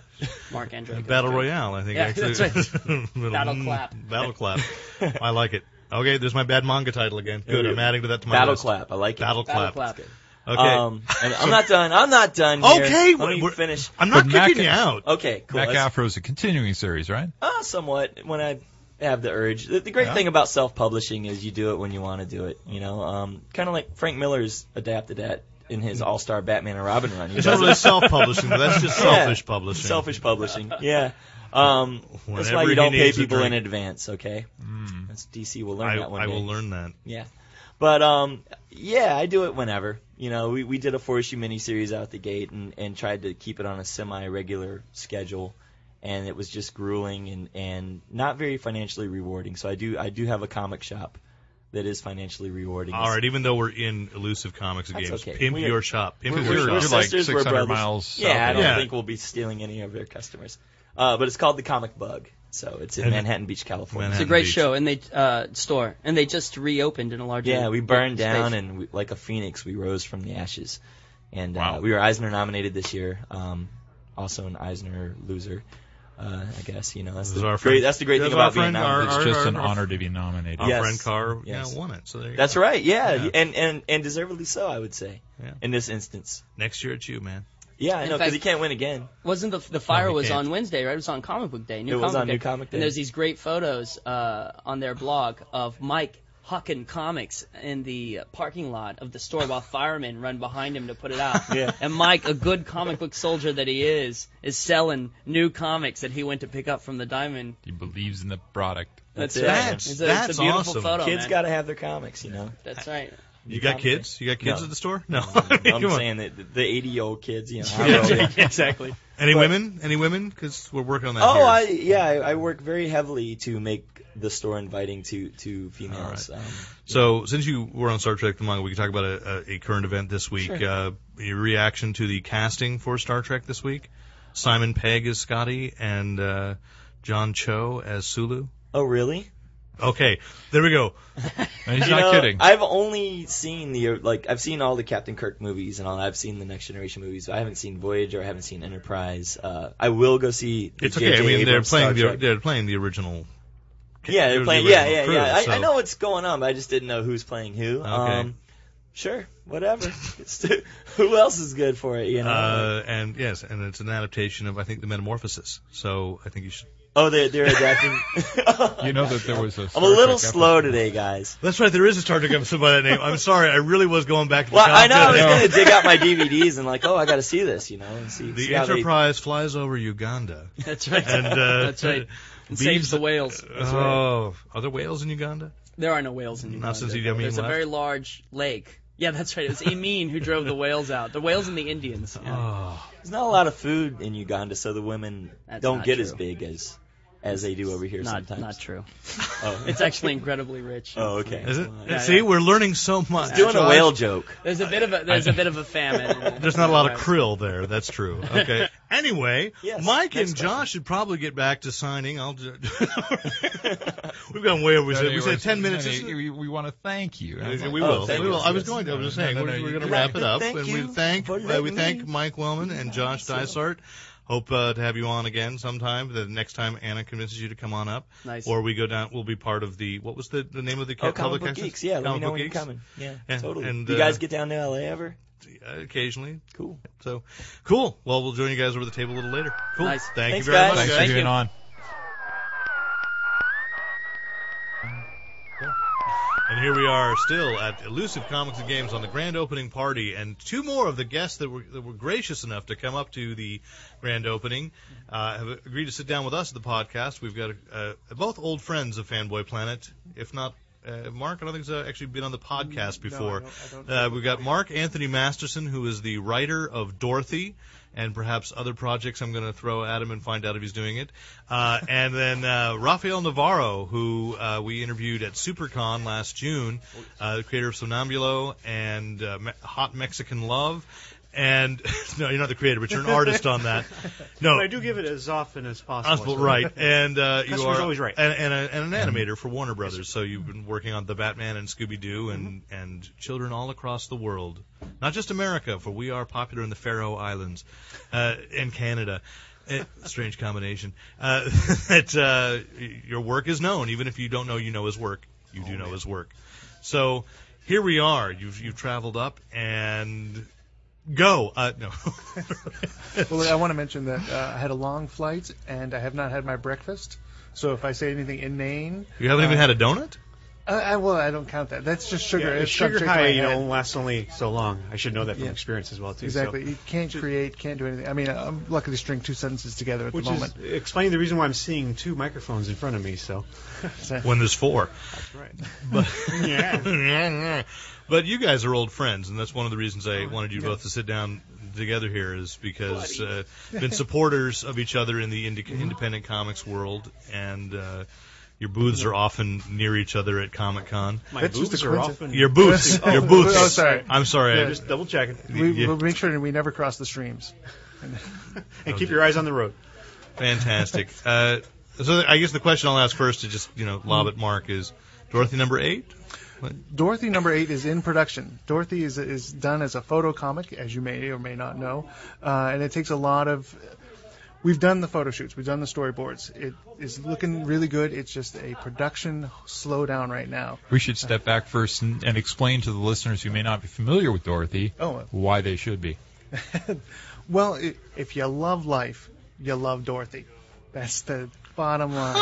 Mark Andrew.
Battle Royale, I think.
Yeah,
actually.
that's
Little,
Battle
mm,
clap.
Battle clap. I like it. Okay, there's my bad manga title again. Good, I'm adding to that to my
Battle
list.
clap. I like it.
Battle
Battle
clap.
clap.
Okay.
Um, and I'm not done. I'm not done. here.
Okay,
Let me
we're-
finish.
I'm not
But Mac
kicking you
is-
out.
Okay. Cool.
Mac
Let's-
Afro's a continuing series, right?
Uh, somewhat when I have the urge. The, the great
Yeah.
thing about self-publishing is you do it when you want to do it. You know, um, kind of like Frank Miller's adapted that in his All-Star Batman and Robin run.
Mm-hmm.
He
It's not
does
really
it-
self-publishing, but that's just
Yeah.
selfish publishing.
selfish publishing. Yeah. Um, that's
Whenever
why
he
you don't pay
needs a
people in
drink.
advance. Okay.
Mm.
That's DC will learn
I,
that one
I
day.
will learn that.
Yeah. But um, yeah, I do it whenever. You know, we, we did a four issue miniseries out the gate and, and tried to keep it on a semi regular schedule. and it was just grueling and and not very financially rewarding. So I do I do have a comic shop that is financially rewarding.
All right, even though we're in elusive comics and
That's
games,
okay.
pimp
We-
your shop. Pimp
We're-
your
we're-
shop.
you're like
sisters, we're
600
brothers.
miles south
Yeah, I
of
don't
Yeah.
think we'll be stealing any of your customers. Uh, but it's called the Comic Bug, so it's in
And-
Manhattan Beach, California.
It's a
Manhattan
great
Beach.
show, and they uh, store, and they just reopened in a larger.
Yeah, we burned
space.
down and we, like a phoenix, we rose from the ashes. And
Wow.
uh, we were Eisner nominated this year. Um, also an Eisner loser, uh, I guess. You know, that's
This is
the
our
great.
friend-
That's the great
this
thing
is our
about being
friend, our-
nominated.
It's
our-
just
our-
an honor to be nominated.
Our
Yes.
friend Carr yeah,
Yes.
won it. So there you
That's
go.
right. Yeah,
Yeah.
and and and deservedly so, I would say.
Yeah.
In this instance.
Next year it's you, man.
Yeah, I
In
know because
fact-
he can't win again.
Wasn't the the fire
we
was
can't.
on Wednesday, right? It was on Comic Book Day. New
It was
comic
on
day.
New Comic Day.
And there's these great photos uh, on their blog of Mike hucking comics in the parking lot of the store while firemen run behind him to put it out.
Yeah.
And Mike, a good comic book soldier that he is, is selling new comics that he went to pick up from the diamond.
He believes in the product.
That's
right.
that's-
it's a,
that's
it's a beautiful
awesome.
photo.
Kids
man.
got to have their comics, you know.
That's right.
You got
Probably.
kids? You got kids
No.
at the store? No.
I'm
Come on.
saying that the- the 80 year old kids, you know. how
Yeah,
old they are.
exactly.
Any
But-
women? Any women? Because we're working on that.
Oh,
here.
I yeah, I, I work very heavily to make the store inviting to to females. Um,
So since you were on Star Trek the manga, we can talk about a, a, a current event this week. Uh, your reaction to the casting for Star Trek this week? Simon Pegg as Scotty and uh, John Cho as Sulu.
oh, really?
Okay, there we go.
And he's
You
not
know,
kidding.
I've only seen the uh, like I've seen all the Captain Kirk movies and all. I've seen the Next Generation movies. But I haven't seen Voyager. I haven't seen Enterprise. Uh, I will go see. the
It's okay. I
J.J.
mean, they're
Abrams Star
playing the
Trek.
they're playing the original.
yeah,
it
they're
was
playing.
the
Yeah,
original
yeah,
crew,
yeah.
so-
I, I know what's going on, but I just didn't know who's playing who.
Okay.
Um, sure, whatever. It's- who else is good for it? You know.
Uh, and yes, and it's an adaptation of I think the Metamorphosis. So I think you should.
oh, they're they're adapting.
you know that there was a.
I'm
Star
a little
Trek
slow
episode.
today, guys.
That's right. There is a Star Trek episode by that name. I'm sorry. I really was going back. To the
Well, I know I was
childhood.
gonna dig out my DVDs and like, oh, I gotta see this, you know, and see.
The
see how they-
Enterprise flies over Uganda.
That's right.
And, uh,
That's right. And
leaves-
saves the whales.
Oh, are there whales in Uganda?
There are no whales in Uganda.
Not since Idi Amin
There's
left.
a very large lake. Yeah, that's right. It was Emin who drove the whales out. The whales and the Indians. Yeah.
Oh,
There's not a lot of food in Uganda, so the women
That's
don't
not
get
true.
as big as as they do over here
Not,
sometimes.
not true.
Oh.
It's actually incredibly rich.
Oh, okay.
is it? Oh,
Yeah,
See,
yeah.
we're learning so much.
He's doing a
Josh.
whale joke.
There's a bit of a there's a bit of a famine.
There's not a lot of krill there. That's true. Okay. Anyway,
Yes,
Mike and
next question.
Josh should probably get back to signing. I'll. Ju- We've gone way over. We said, we said ten minutes. This is-
We, we want to thank you. And I was
We
like,
will.
Oh, thank
we
you.
will. I was
Yes.
going to. I was just
No,
saying
no,
we're,
no,
we're
you-
going to
you-
wrap it up.
Thank
and we
you
thank
for
uh, we
letting
thank
me.
Mike Wellman and Josh Dysart. Hope uh, to have you on again sometime. The next time Anna convinces you to come on up,
Nice.
or we go down, we'll be part of the what was the, the name of the ca-
Oh, comic
public
book
access?
geeks. Yeah, let me
Comic
know
Book
when you're
Geeks?
coming. Yeah,
Yeah,
totally.
and,
you
uh,
guys get down to LA ever?
Uh, occasionally.
Cool.
So cool. Well, we'll join you guys over the table a little later. Cool.
Nice.
Thank
Thanks,
you very
guys.
much.
Thanks
guys.
for being on.
And here we are still at Elusive Comics and Games on the grand opening party, and two more of the guests that were, that were gracious enough to come up to the grand opening uh, have agreed to sit down with us at the podcast. We've got uh, both old friends of Fanboy Planet, if not. Uh, Mark, I don't think he's uh, actually been on the podcast
Mm,
before. uh, we've got Mark Anthony Masterson, who is the writer of Dorothy and perhaps other projects I'm going to throw at him and find out if he's doing it. Uh, and then uh, Rafael Navarro, who uh, we interviewed at SuperCon last June, uh, the creator of Somnambulo and uh, Me- Hot Mexican Love. And no, you're not the creator, but you're an artist on that. No,
But I do give it as often as possible.
Oswald, Uh, right? And uh, you
Customer's
are
always right. Mm-hmm.
and, and, a, and an animator for Warner Brothers. So you've been working on the Batman and Scooby
Mm-hmm.
Doo and and children all across the world, not just America, for we are popular in the Faroe Islands uh, and Canada. Eh, strange combination. Uh, that uh, y- your work is known, even if you don't know you know his work. You
Oh,
do know his work. So here we are. You've you've traveled up and go. Uh, no.
Well, I want to mention that uh, I had a long flight and I have not had my breakfast. So if I say anything inane,
you haven't even had a donut.
I, I well, I don't count that. That's just sugar.
Yeah,
It's
sugar
subject to
high,
my
you
head.
know, lasts only so long. I should know that from
Yeah.
experience as well, too. so-
Exactly. You can't create, can't do anything. I mean, I'm lucky to string two sentences together at
Which
the
is
moment.
explaining the reason why I'm seeing two microphones in front of me. So,
when there's four.
right.
But,
Yeah.
Oh,
but you guys are old friends, and that's one of the reasons I wanted you both to sit down together here is because uh, been supporters of each other in the indi-
Mm-hmm.
independent comics world, and uh, your booths are often near each other at Comic Con.
My
That's just
boobs
a
are
coincidence.
often.
Your booths,
Mm-hmm. Oh,
your booths.
oh, sorry.
I'm sorry. I
Yeah,
just-
just double checking
We,
Yeah.
We'll make sure that we never cross the streams.
and keep your eyes on the road.
Fantastic. uh, so I guess the question I'll ask first to just you know lob
Mm-hmm.
at Mark is Dorothy number eight.
Dorothy number eight is in production. Dorothy is is done as a photo comic, as you may or may not know, uh, and it takes a lot of. We've done the photo shoots, we've done the storyboards. It is looking really good. It's just a production slowdown right now.
We should step back first and, and explain to the listeners who may not be familiar with Dorothy
uh,
Oh,
why they should be.
well, i if you love life, you love Dorothy. That's the bottom line.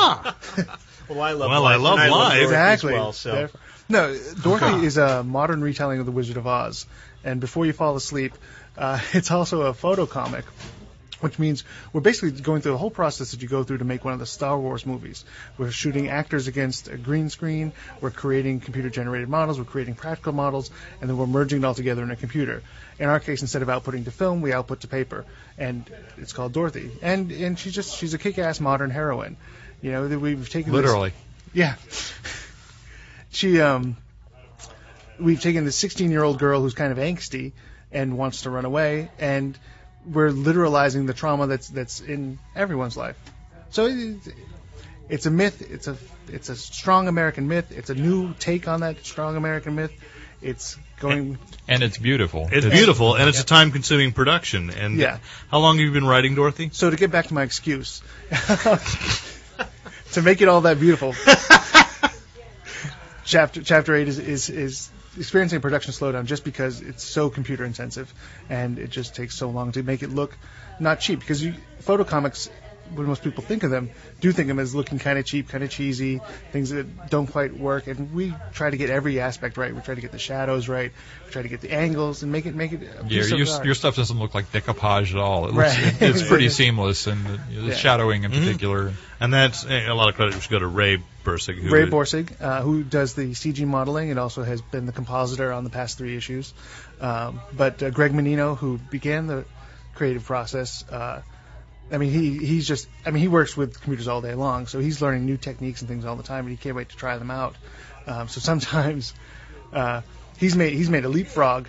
Well, I love.
Well, I
life,
love
and
life.
Dorothy as
Exactly.
well, so.
Therefore- No, Dorothy is a modern retelling of The Wizard of Oz. And before you fall asleep, uh, it's also a photo comic, which means we're basically going through the whole process that you go through to make one of the Star Wars movies. We're shooting actors against a green screen, we're creating computer generated models, we're creating practical models, and then we're merging it all together in a computer. In our case, instead of outputting to film, we output to paper. And it's called Dorothy. And and she's just she's a kick ass modern heroine. You know, that we've taken this-
Literally.
yeah. She um we've taken this 16-year-old girl who's kind of angsty and wants to run away and we're literalizing the trauma that's that's in everyone's life. So it, it's a myth, it's a it's a strong American myth, it's a new take on that strong American myth. It's going
And it's beautiful.
It's beautiful, and it's a time-consuming production. And
Yeah.
how long have you been writing, Dorothy?
So to get back to my excuse, to make it all that beautiful, chapter chapter eight is is, is experiencing a production slowdown just because it's so computer intensive, and it just takes so long to make it look not cheap. Because you, photo comics, when most people think of them, do think of them as looking kind of cheap, kind of cheesy, things that don't quite work. And we try to get every aspect right. We try to get the shadows right. We try to get the angles and make it make it. A
Yeah,
piece of
your,
art.
your stuff doesn't look like decoupage at all. It looks, it-
Right.
it's pretty seamless, and the, the
Yeah.
shadowing
Mm-hmm.
in particular.
And that's eh, a lot of credit should go to Ray Bursig. Who
Ray Borsig, uh, who does the CG modeling and also has been the compositor on the past three issues. Um, but uh, Greg Menino, who began the creative process, uh, I mean, he, he's just, I mean, he works with computers all day long, so he's learning new techniques and things all the time, and he can't wait to try them out. Um, so sometimes uh, he's made he's made a leapfrog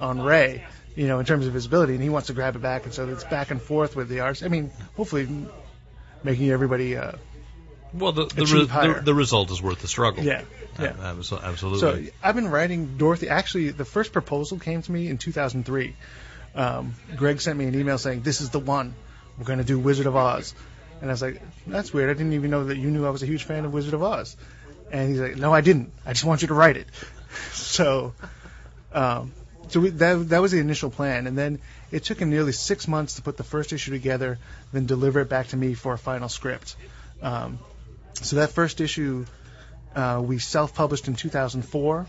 on Ray, you know, in terms of his ability, and he wants to grab it back, and so it's back and forth with the arts. I mean, hopefully, making everybody, uh,
Well, the the,
Achieve
re-
higher.
the, the result is worth the struggle.
yeah, yeah.
Ab- abso- Absolutely.
So I've been writing Dorothy. Actually, the first proposal came to me in 2003. Um, Greg sent me an email saying, "This is the one. We're going to do Wizard of Oz." And I was like, "That's weird. I didn't even know that you knew I was a huge fan of Wizard of Oz." And he's like, "No, I didn't. I just want you to write it." so, um, so we, that that was the initial plan, and then it took him nearly six months to put the first issue together, then deliver it back to me for a final script. Um, so that first issue uh, we self-published in 2004,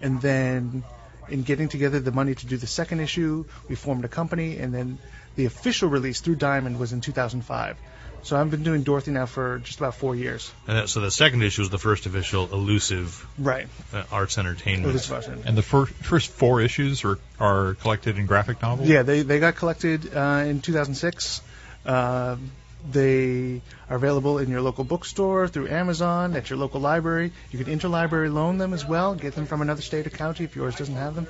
and then in getting together the money to do the second issue, we formed a company, and then the official release through Diamond was in 2005. So I've been doing Dorothy now for just about four years.
and that, so the second issue is the first official elusive
Right.
uh, arts entertainment.
It was about it.
And the fir- first four issues are, are collected in graphic novels?
Yeah, they they got collected uh, in 2006. Uh, they are available in your local bookstore, through Amazon, at your local library. You can interlibrary loan them as well. Get them from another state or county if yours doesn't have them.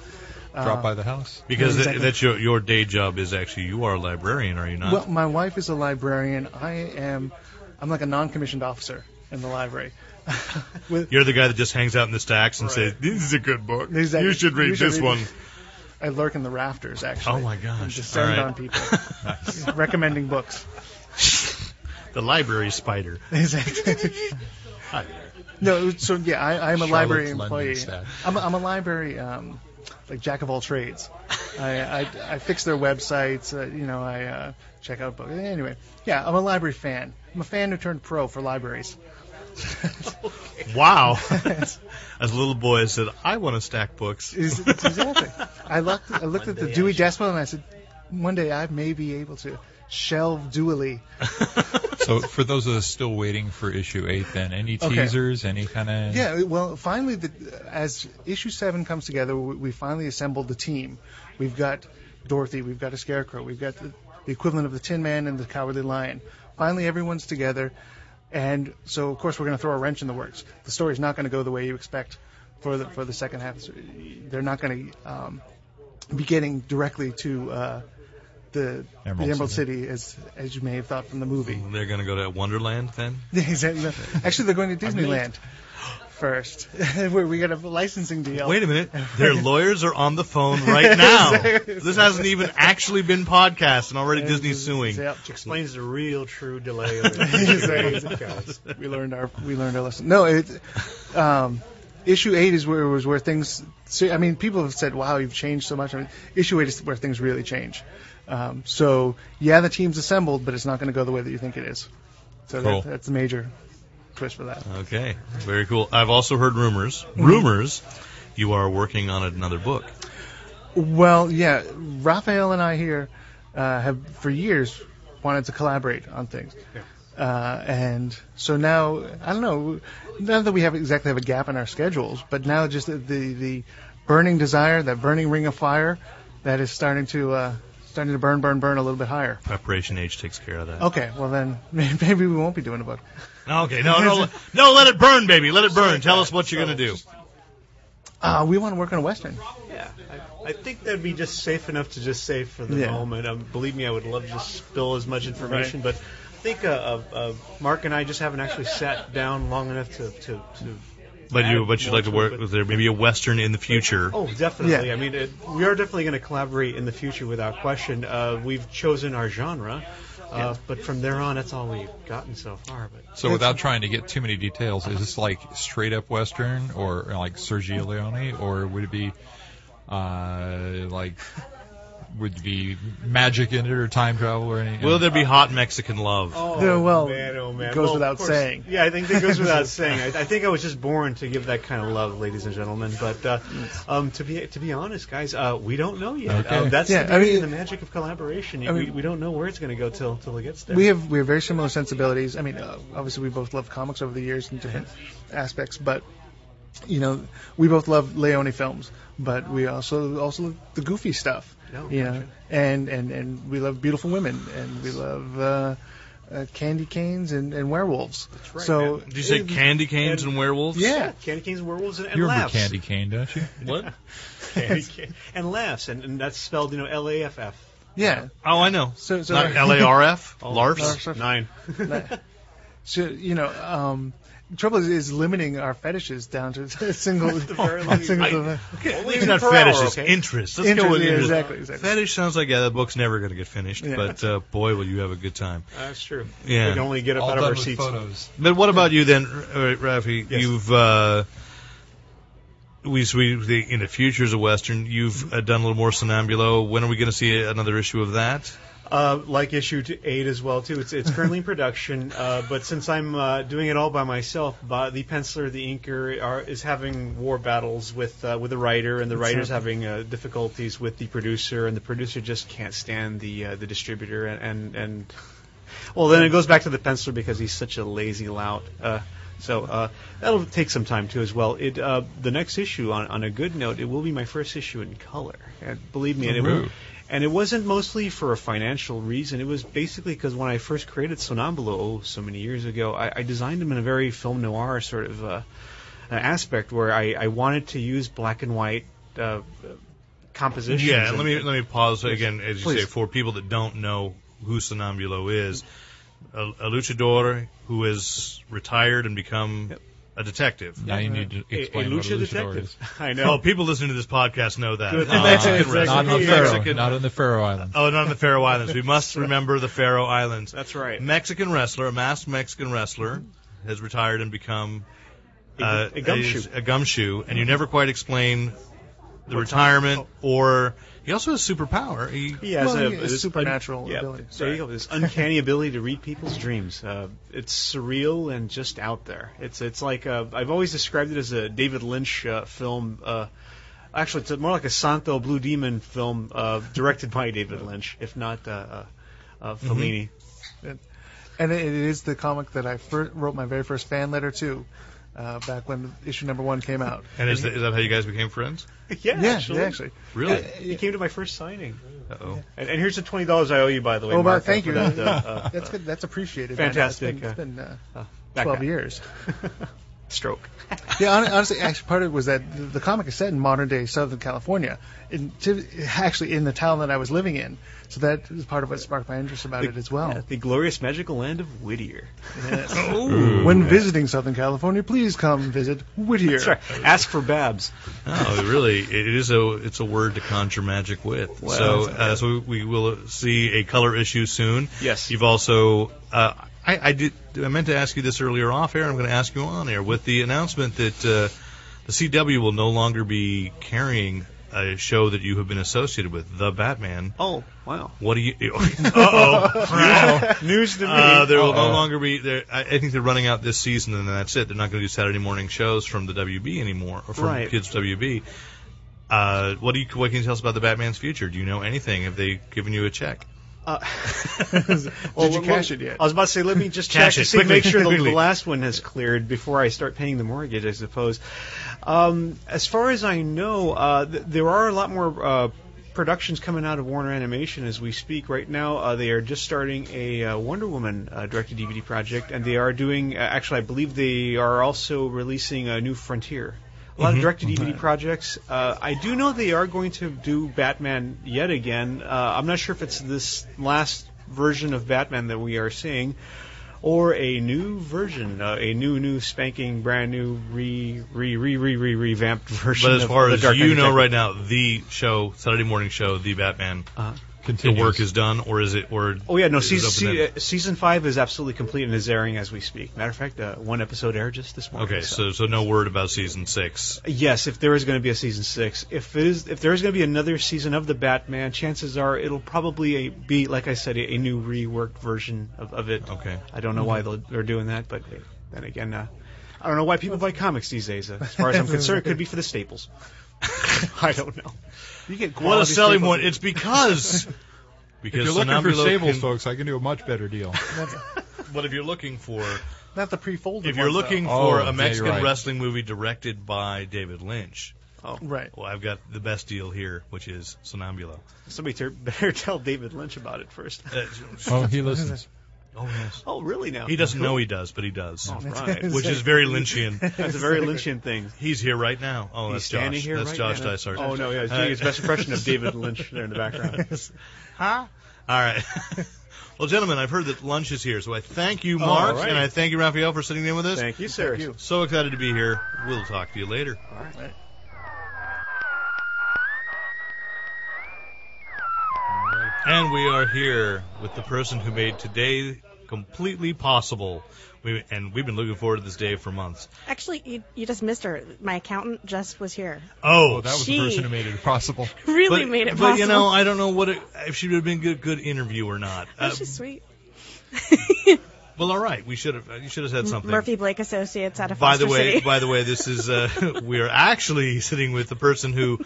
Drop by the house.
because th-
Exactly.
that's your your day job is actually you are a librarian, are you not?
Well, my wife is a librarian. I am. I'm like a non-commissioned officer in the library. With,
You're the guy that just hangs out in the stacks and says, "This is a good book.
Exactly.
You should read
You should
this
read
one."
this. I lurk in the rafters,
Oh
actually.
my
And
gosh!
Descend
All right.
on people, recommending books.
The library spider.
Exactly.
Hi there.
No, so yeah, I, I'm a
Charlotte
library
London
employee.
staff.
I'm a, I'm a library, um, like jack of all trades. I, I, I fix their websites. Uh, you know, I uh, check out books. Anyway, yeah, I'm a library fan. I'm a fan who turned pro for libraries.
Wow. As a little boy said, "I want to stack books."
Is, it's exactly. I looked. I looked at the Dewey Decimal and I said, one day I may be able to shelve dually.
So for those of us still waiting for issue eight, then any
Okay.
teasers, any kind of
Yeah. Well, finally, the, as issue seven comes together, we, we finally assembled the team. We've got Dorothy, we've got a scarecrow, we've got the, the equivalent of the Tin Man and the Cowardly Lion. Finally, everyone's together, and so of course we're going to throw a wrench in the works. The story's not going to go the way you expect for the for the second half. They're not going to um, be getting directly to uh, the
Emerald
the Emerald
City.
City as as you may have thought from the movie.
They're going to go to Wonderland then?
Exactly. Actually, they're going to Disneyland first. Where we got a licensing deal.
Wait a minute. Their lawyers are on the phone right now.
Exactly.
This hasn't even actually been podcast and already Disney's suing.
Yep.
Explains the real true delay. Of it.
Exactly. we learned our we learned our lesson. No, it, um, issue eight is where was where things. se- I mean, people have said, "Wow, you've changed so much." I mean, issue eight is where things really change. Um, so yeah, the team's assembled, but it's not going to go the way that you think it is. So
Cool.
that, that's a major twist for that.
Okay. Very cool. I've also heard rumors.
Mm-hmm.
Rumors you are working on another book.
Well, yeah, Raphael and I here uh, have for years wanted to collaborate on things. Uh, and so now, I don't know, not that we have exactly have a gap in our schedules, but now just the the, the burning desire, that burning ring of fire, that is starting to uh, starting to burn, burn, burn a little bit higher.
Preparation H takes care of that.
Okay, well then maybe we won't be doing a book.
Okay. No, no, le- no, let it burn, baby. Let it burn. Tell us what you're going to do.
Uh, we want to work on a western.
Yeah, I, I think that'd be just safe enough to just say for the
Yeah.
moment. Um, believe me, I would love to just spill as much information, but I think uh, uh, uh, Mark and I just haven't actually sat down long enough to. to, to
But you,
add
but you'd
more
like to
it,
work
but-
with there maybe a Western in the future.
Oh, definitely.
Yeah.
I mean, it, we are definitely going to collaborate in the future without question. Uh, we've chosen our genre, uh, but from there on, that's all we've gotten so far. But
So without trying to get too many details, is this like straight up Western or like Sergio Leone, or would it be uh, like would it be magic in it or time travel or anything?
Will there be hot Mexican love?
Yeah,
Oh,
well,
man, oh, man.
it goes
Well, of
without
course-
saying.
Yeah, I think that goes without saying. I, I think I was just born to give that kind of love, ladies and gentlemen. But uh, um, to be to be honest, guys, uh, we don't know yet.
Okay.
Um, that's
Yeah,
the,
I
beauty
mean-
and the magic of collaboration.
I
we,
mean-
we don't know where it's going to go till till it gets there.
We have we have very similar sensibilities. I mean, uh, obviously we both love comics over the years in different aspects, but you know, we both love Leone films, but we also also love the goofy stuff.
No,
you know,
Oh, gotcha.
and and and we love beautiful women, and we love uh, uh, candy canes and, and werewolves. That's
right,
So
man.
Did you say
it-
candy canes and werewolves?
Yeah.
candy canes, werewolves, and, and
You remember
laughs.
Candy Cane, don't you?
What?
Candy cane. and laughs, and, and that's spelled you know L A F F.
Yeah.
Oh, I know.
So so
Not L A R F. LARFs.
LARFs.
Nine.
So you know, um, trouble is, is limiting our fetishes down to a single.
very
Oh, a single
I- Okay, maybe
two
not
per
fetish,
hour,
it's
okay?
interest. Let's
Interest-
go with
yeah,
interest.
exactly, exactly.
Fetish sounds like yeah, that book's never going to get finished,
Yeah.
but uh, boy, will you have a good time.
That's true.
Yeah.
We can only get up
All
out of
done
our
with
seats.
photos.
But what about you then, R- Rafi?
Yes.
You've uh, we, so we the, in the future as a western. You've uh, done a little more Sonambulo. When are we going to see another issue of that?
Uh, like issue t- eight as well too. It's it's currently in production, uh, but since I'm uh, doing it all by myself, by, the penciler, the inker are, is having war battles with uh, with the writer, and the writer's having uh, difficulties with the producer, and the producer just can't stand the uh, the distributor, and and, and well, then it goes back to the penciler because he's such a lazy lout. Uh, so uh, that'll take some time too, as well. It uh, the next issue on, on a good note, it will be my first issue in color. And believe
Oh,
me, and it will,
Ooh.
and it wasn't mostly for a financial reason. It was basically because when I first created Sonambulo oh, so many years ago, I, I designed him in a very film noir sort of uh, uh, aspect where I, I wanted to use black and white uh, compositions.
Yeah,
and-
let me let me pause again. As you
Please.
say, for people that don't know who Sonambulo is, a, a luchador who has retired and become
Yep.
a detective.
Now you need to
a, a
explain what
lucha
a luchador
detective.
is.
I know.
Oh, people listening to this podcast know that.
Good.
Uh,
That's
Uh,
Mexican
not on the
recipe.
Faroe,
Mexican-
not on the Faroe Islands.
Oh, not on the Faroe Islands. We must remember the Faroe Islands.
That's right.
Mexican wrestler, a masked Mexican westler, has retired and become
A-
uh,
a gumshoe.
a gumshoe, and you never quite explain the retirement or he also has superpower. He,
He has
Well,
a,
yeah,
this-
supernatural
yeah,
ability.
There you go. This uncanny ability to read people's dreams. Uh, it's surreal and just out there. It's it's like uh, I've always described it as a David Lynch uh, film. Uh, actually, it's more like a Santo Blue Demon film uh, directed by David Lynch, if not uh, uh, uh,
Mm-hmm.
Fellini.
And it it is the comic that I fir- wrote my very first fan letter to, uh, back when issue number one came out.
and is that, is that how you guys became friends?
yeah,
yeah,
actually.
yeah, actually.
Really?
He came to my first signing.
Uh-oh.
And, and here's the twenty dollars I owe you, by the way.
Oh, well,
Mark,
thank
for
you.
that, uh,
that's good. That's appreciated.
Fantastic.
It's been, it's been,
uh,
uh,
back
twelve
up.
years.
Stroke.
yeah, hon- honestly, actually, part of it was that the the comic is set in modern day Southern California, in, to, actually in the town that I was living in. So that was part of what sparked my interest about it as well.
Yeah, the glorious magical land of Whittier.
Yes.
Ooh.
when visiting Southern California, please come visit Whittier.
That's right. Ask for Babs.
No, it oh, really, it is a it's a word to conjure magic with.
Well,
so,
that's-
uh, so we will see a color issue soon.
Yes.
You've also, uh, I, I did, I meant to ask you this earlier off air. I'm going to ask you on air with the announcement that uh, the CW will no longer be carrying a show that you have been associated with, The Batman.
Oh, wow.
What do you? Uh-oh.
News to me.
Uh, there will no
Uh-oh.
longer be. There, I, I think they're running out this season, and that's it. They're not going to do Saturday morning shows from the WB anymore, or from
Right.
Kids WB. Uh, what do you? What can you tell us about the Batman's future? Do you know anything? Have they given you a check?
Uh,
Did
well,
you
let-
cash
let-
it yet?
I was about to say, let me just check
Cash
to
it,
see,
quickly,
make sure the,
quickly.
the last one has cleared before I start paying the mortgage, I suppose. Um, as far as I know, uh, th- there are a lot more uh, productions coming out of Warner Animation as we speak. Right now, uh, they are just starting a uh, Wonder Woman uh, directed DVD project, and they are doing, uh, actually, I believe they are also releasing a new Frontier. A
Mm-hmm.
lot of direct to DVD projects. Uh, I do know they are going to do Batman yet again. Uh, I'm not sure if it's this last version of Batman that we are seeing, or a new version, uh, a new, new spanking, brand new, re, re, re, re, re, revamped version.
But as
of
far
the
as
Dark Knight
you know,
Detective.
right now, the show Saturday morning show, The Batman, the
Continues.
work is done, or is it? Or
Uh, Oh yeah, no.
is it
Season,
open
se-
ended?
uh, season five is absolutely complete and is airing as we speak. Matter of fact, uh, one episode aired just this morning.
Okay, so so no word about season six.
Yes, if there is going to be a season six, if it is, if there is going to be another season of the Batman, chances are it'll probably a, be, like I said, a, a new reworked version of, of it.
Okay. Mm-hmm.
I don't know why they'll- they're doing that, but then again, uh, I don't know why people buy comics these days. Uh, as far as I'm concerned, it could be for the staples. I don't know. You get
What a
quality
selling
staples.
one! It's because.
If
Because
you're looking for
Somnambulo
stables,
can-
folks, I can do a much better deal.
What if you're looking for?
Not the pre-folded.
If you're
ones, though.
looking
Oh,
for
yeah,
a
you're
Mexican
right.
wrestling movie directed by David Lynch,
right?
well, I've got the best deal here, which is Sonambula.
Somebody ter- better tell David Lynch about it first.
Uh,
Oh, he listens.
oh yes,
Oh, really? Now
he doesn't know he does, but he does,
All right.
which is very Lynchian.
That's a very Lynchian thing.
He's here right now. Oh,
He's
that's
standing
Josh.
here
that's
right
Josh
now.
Dysart.
Oh no, yeah, he's
Uh,
doing his best impression of David Lynch there in the background.
huh? All right. well, gentlemen, I've heard that lunch is here, so I thank you, Mark,
right.
and I thank you, Raphael, for sitting in with us.
Thank you, sir.
you.
So excited to be here. We'll talk to you later. And we are here with the person who made today completely possible. We, and we've been looking forward to this day for months.
Actually, you, you just missed her. My accountant just was here.
Oh, that was
Gee.
the person who made it possible.
Really
but,
made it
but,
possible.
you know, I don't know what it, if she would have been a good, good interview or not.
oh,
Uh,
she's sweet.
well, all right, we should have. uh, You should have said something.
Murphy Blake Associates out of
by the
Foster
way,
City.
by the way, this is uh, we are actually sitting with the person who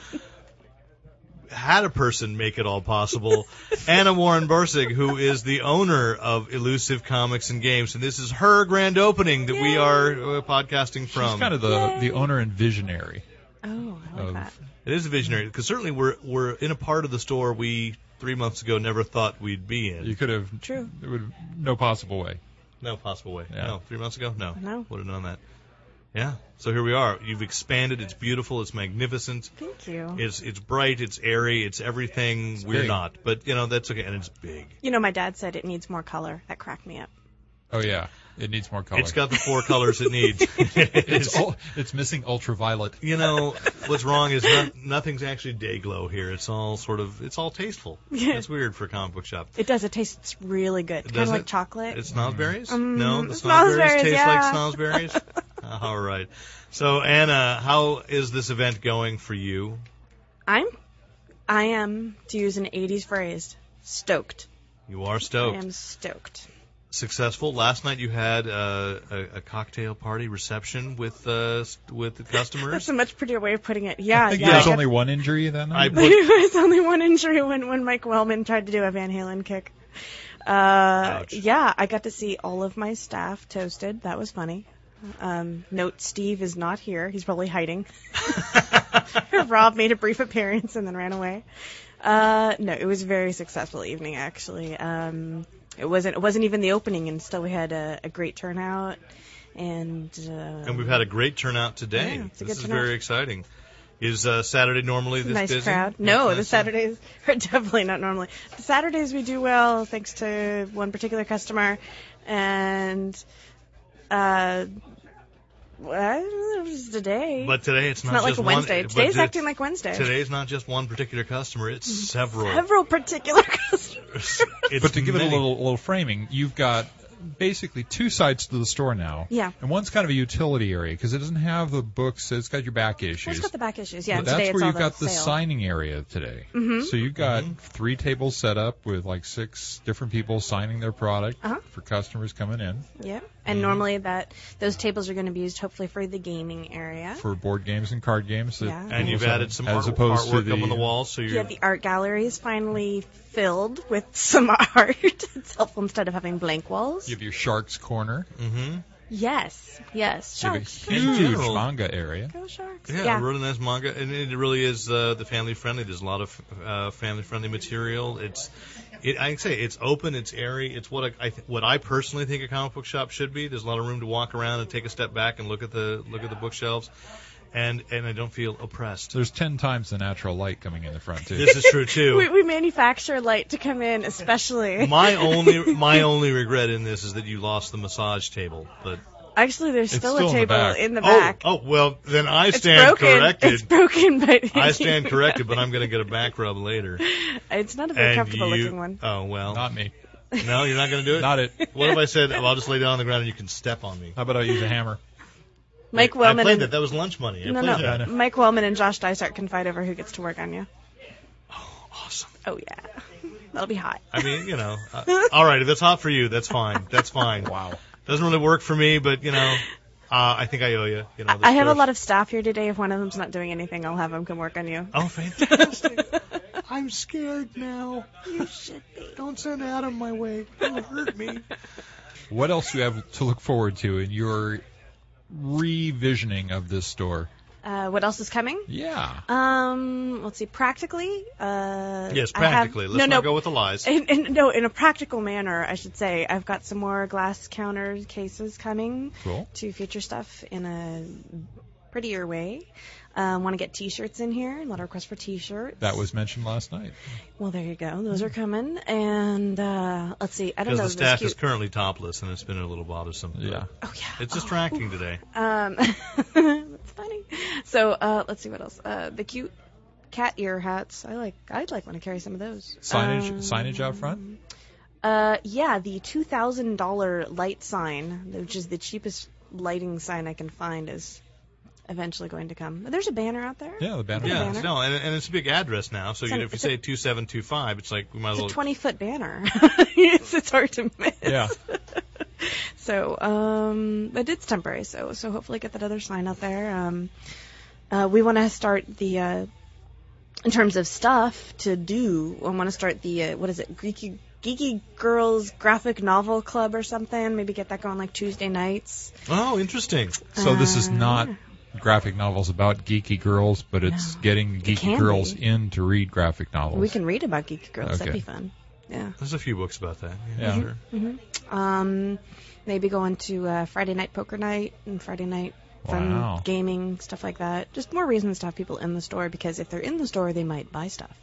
had a person make it all possible, Anna Warren Bursig, who is the owner of Elusive Comics and Games, and this is her grand opening that we
Yay.
are uh, podcasting from.
She's kind of the,
Yay.
the owner and visionary.
oh, I like
of-
that.
It is a visionary because certainly we're we're in a part of the store we three months ago never thought we'd be in.
You could have.
True.
There would no possible way.
No possible way.
Yeah.
No, three months ago, no.
No.
would have known that. Yeah. So here we are. You've expanded. It's beautiful. It's magnificent.
Thank you.
It's it's bright, it's airy, it's everything we're
big.
not. But you know that's okay, and it's big.
You know, my dad said it needs more color. That cracked me up.
Oh yeah, it needs more color.
It's got the four colors it needs.
it's,
it's,
ul- it's missing ultraviolet.
you know what's wrong is not, nothing's actually day glow here. It's all sort of it's all tasteful.
Yeah.
It's weird for a comic book shop.
It does. It tastes really good. Kind
Does
of
it?
like chocolate.
It's snozberries?
Um,
no, the
snozberries,
snozberries taste
yeah.
like snozberries. all right. So Anna, how is this event going for you?
I'm, I am, to use an 80s phrase, stoked.
You are
I
stoked.
am stoked.
Successful. Last night you had uh, a, a cocktail party reception with uh, s- with the customers.
That's a much prettier way of putting it. Yeah,
I think
yeah.
there's
I
only one injury then.
I
got- there was only one injury when, when Mike Wellman tried to do a Van Halen kick. Uh,
Ouch.
yeah, I got to see all of my staff toasted. That was funny. Um, note Steve is not here. He's probably hiding. Rob made a brief appearance and then ran away. Uh, no, it was a very successful evening actually. Um, it wasn't it wasn't even the opening, and still we had a, a great turnout. And uh,
And we've had a great turnout today.
Yeah, it's a
this
good
is
turnout.
very exciting. Is uh, Saturday normally this
nice
busy?
crowd. No, the Saturdays are definitely not normally. The Saturdays we do well thanks to one particular customer, and uh, well, it was today.
But today it's,
it's not, like
just
Wednesday.
One, but
Today's
it-
acting like Mm-hmm. Wednesday.
Today's not just one particular customer; it's several.
Several particular customers.
but to give it a little, little framing, you've got basically two sides to the store now.
Yeah.
And one's kind of a utility area because it doesn't have the books. It's got your back
It's
issues.
got the back issues. Yeah,
But
and
that's
today it's
where
all
you've got the
sale.
signing area today.
Mhm.
So you've got
Mm-hmm.
three tables set up with like six different people signing their product
Uh-huh.
for customers coming in
Yeah, and normally that those tables are going to be used hopefully for the gaming area.
for board games and card games. that
Yeah. And
people
you've
sell,
added some
as
art-
opposed to
artwork up on the wall, so you're
Yeah, the art gallery is finally filled with some art. it's helpful instead of having blank walls.
You have your sharks corner.
Mm-hmm.
Yes, yes.
You have a
Sharks.
huge
general-
manga area.
Go sharks.
Yeah,
Yeah.
really nice manga, and it really is uh, the family friendly. There's a lot of uh, family friendly material. It's, it, I can say it's open, it's airy, it's what I, I th- what I personally think a comic book shop should be. There's a lot of room to walk around and take a step back and look at the look at the bookshelves, and and I don't feel oppressed.
There's ten times the natural light coming in the front too.
This is true
We,
too.
we manufacture light to come in, especially.
My only my only regret in this is that you lost the massage table, but
Actually, there's
It's
still,
still
a
in the
table
back.
in the
Oh,
back.
oh, well, then I
It's
stand
broken.
corrected.
It's broken, but
I stand corrected, but I'm going to get a back rub later.
It's not a very
And
comfortable
you-
looking one.
Oh well,
Not me.
No, you're not going to do it.
Not it.
What if I said well, I'll just lay down on the ground and you can step on me?
How about I use a hammer?
Mike
I
Wellman.
played
and-
that. That was lunch money. I
no,
played
no.
that.
Mike Wellman and Josh Dysart can fight over who gets to work on you.
Awesome.
Oh yeah, that'll be hot.
I mean, you know, uh, all right. If it's hot for you, that's fine. That's fine.
Wow.
Doesn't really work for me, but you know, uh, I think I owe you. You know,
I have a lot of staff here today. If one of them's not doing anything, I'll have them come work on you.
Oh, fantastic! I'm scared now. You should be. Don't send out of my way. It'll hurt me.
What else do you have to look forward to in your revisioning of this store?
Uh, what else is coming?
Yeah.
Um, let's see. Practically. Uh,
Yes,
I have-
practically. Let's
no,
not
no.
go with the lies.
In, in, no, in a practical manner, I should say. I've got some more glass counter cases coming
Cool.
to feature stuff in a prettier way. Um, Want to get T-shirts in here? A lot of requests for T-shirts.
That was mentioned last night.
Well, there you go. Those are coming. And uh, let's see. I don't
Because
know.
the
this
staff
cute-
is currently topless, and it's been a little bothersome.
Yeah.
Oh yeah.
It's distracting today.
Um, that's funny. So uh, let's see what else. Uh, the cute cat ear hats. I like. I'd like want to carry some of those.
Signage
Um,
signage out front?
Uh, yeah, the two thousand dollar light sign, which is the cheapest lighting sign I can find, is eventually going to come. There's a banner out there.
Yeah, the banner.
Yeah,
banner.
no, and, and it's a big address now. So
It's
you
an-
know, if you
it's a-
say two seven two five, it's like we might as
It's a
well.
twenty foot banner. it's, it's hard to miss.
Yeah.
So, um, but it's temporary. So, so hopefully get that other sign out there. Um, uh, we want to start the, uh, in terms of stuff to do. I want to start the uh, what is it, geeky geeky girls graphic novel club or something. Maybe get that going like Tuesday nights.
Oh, interesting.
So this is
Uh,
not graphic novels about geeky girls, but it's getting geeky
can
girls
be.
in to read graphic novels.
We can read about geeky girls.
Okay.
That'd be fun. Yeah.
There's a few books about that.
Yeah.
sure.
hmm Um, maybe going to uh, Friday night poker night and Friday night fun
Wow.
gaming stuff like that. Just more reasons to have people in the store because if they're in the store, they might buy stuff.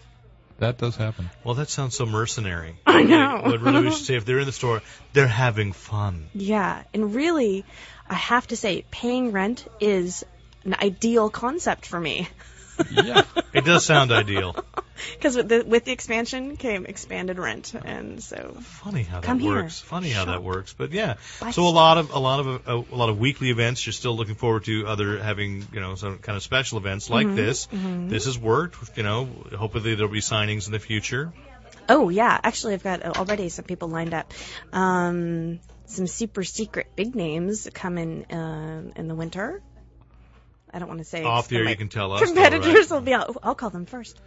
That does happen.
Well, that sounds so mercenary.
I know.
What really we should say if they're in the store, they're having fun.
Yeah, and really, I have to say, paying rent is an ideal concept for me
Yeah.
It does sound ideal.
because with the with the expansion came expanded rent, and so
Funny how that
Come here.
works. Funny how that
Shop.
works. But yeah,
Buy
so a lot of a lot of a, a lot of weekly events. You're still looking forward to other having you know some kind of special events
Mm-hmm.
like this. This has worked. You know, hopefully there'll be signings in the future.
oh yeah, actually I've got already some people lined up, uh, um, some super secret big names coming um in the winter. I don't want to say.
Off
because
the air,
my
you can tell us, though,
Competitors
right?
will be. I'll, I'll call them first.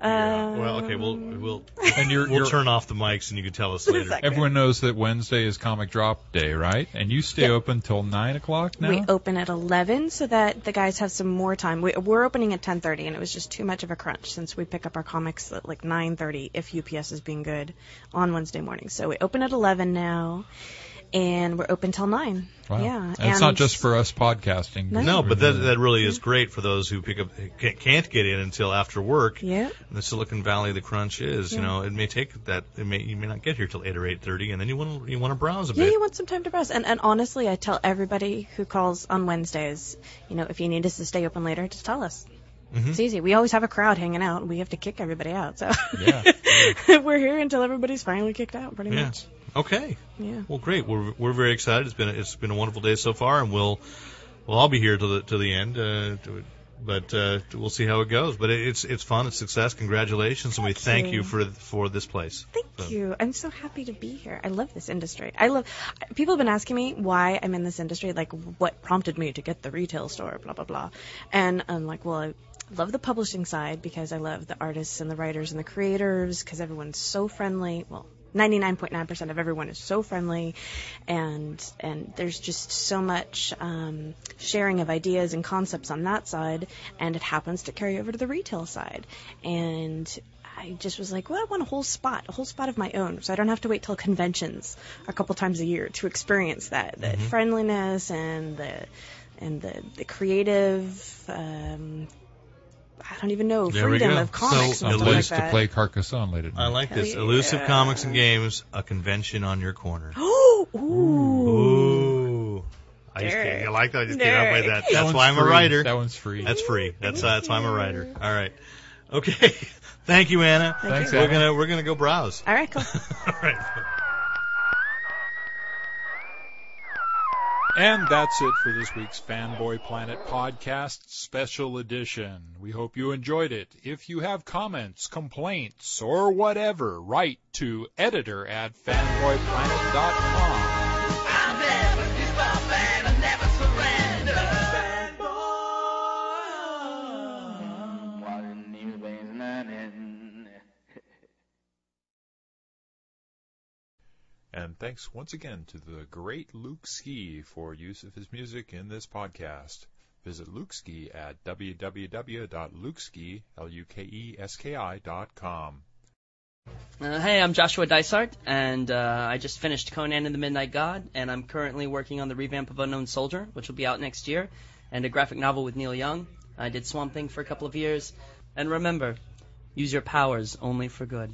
Uh,
Well, okay, we'll we'll
And you're-
we'll
you're-
turn off the mics and you can tell us later.
Exactly.
Everyone knows that Wednesday is comic drop day, right? And you stay open till nine o'clock now.
We open at 11 so that the guys have some more time. We, we're opening at 10:30, and it was just too much of a crunch since we pick up our comics at like 9:30 if UPS is being good on Wednesday morning. So we open at 11 now, and we're open till 9.
Wow.
Yeah,
and, it's not just for us podcasting.
No.
No, but that that really
Mm-hmm.
is great for those who pick up can't- can't get in until after work.
yeah.
The Silicon Valley, the crunch is, you
Yeah.
know, it may take that. It may you may not get here till eight or eight thirty, and then you want to you want to browse a
Yeah,
bit.
you want some time to browse. And, and honestly, I tell everybody who calls on Wednesdays, you know, if you need us to stay open later, just tell us.
Mm-hmm.
It's easy. We always have a crowd hanging out, and we have to kick everybody out. So
Yeah.
we're here until everybody's finally kicked out, pretty
Yeah.
much.
Okay.
Yeah.
Well, great. We're we're very excited. It's been a, it's been a wonderful day so far, and we'll we'll all be here to the to the end. Uh, to, but uh, we'll see how it goes. But it, it's it's fun. It's success. Congratulations, and we
Thank
thank you,
you.
for for this place.
Thank you. I'm so happy to be here. I love this industry. I love. People have been asking me why I'm in this industry, like what prompted me to get the retail store, blah blah blah. And I'm like, well, I love the publishing side because I love the artists and the writers and the creators because everyone's so friendly. Well. 99.9% of everyone is so friendly, and and there's just so much um, sharing of ideas and concepts on that side, and it happens to carry over to the retail side. And I just was like, well, I want a whole spot, a whole spot of my own, so I don't have to wait till conventions a couple times a year to experience that, the
Mm-hmm.
friendliness and the and the the creative. Um, I don't even know
There we
freedom
go.
of comics
So
and
a
stuff like
place
that.
to play Carcassonne later.
I like this
Hell
elusive
yeah.
comics and games, a convention on your corner.
Oh. Ooh.
Ooh. I just can't, I like that. I just can't
Derek.
outweigh that.
That
That's
one's
why I'm a
free.
writer.
That one's free.
That's free. That's uh, that's why I'm a writer. All right. Okay. Thank you, Anna.
Thanks,
We're
Anna.
gonna we're gonna go browse.
All right, cool.
All right.
And that's it for this week's Fanboy Planet podcast special edition. We hope you enjoyed it. If you have comments, complaints, or whatever, write to editor at fanboyplanet.com.
And thanks once again to the great Luke Ski for use of his music in this podcast. Visit Luke Ski at www.lukeski, E L-U-K-E-S-K-I dot com.
Uh, hey, I'm Joshua Dysart, and uh, I just finished Conan and the Midnight God, and I'm currently working on the revamp of Unknown Soldier, which will be out next year, and a graphic novel with Neil Young. I did Swamp Thing for a couple of years, and remember, use your powers only for good.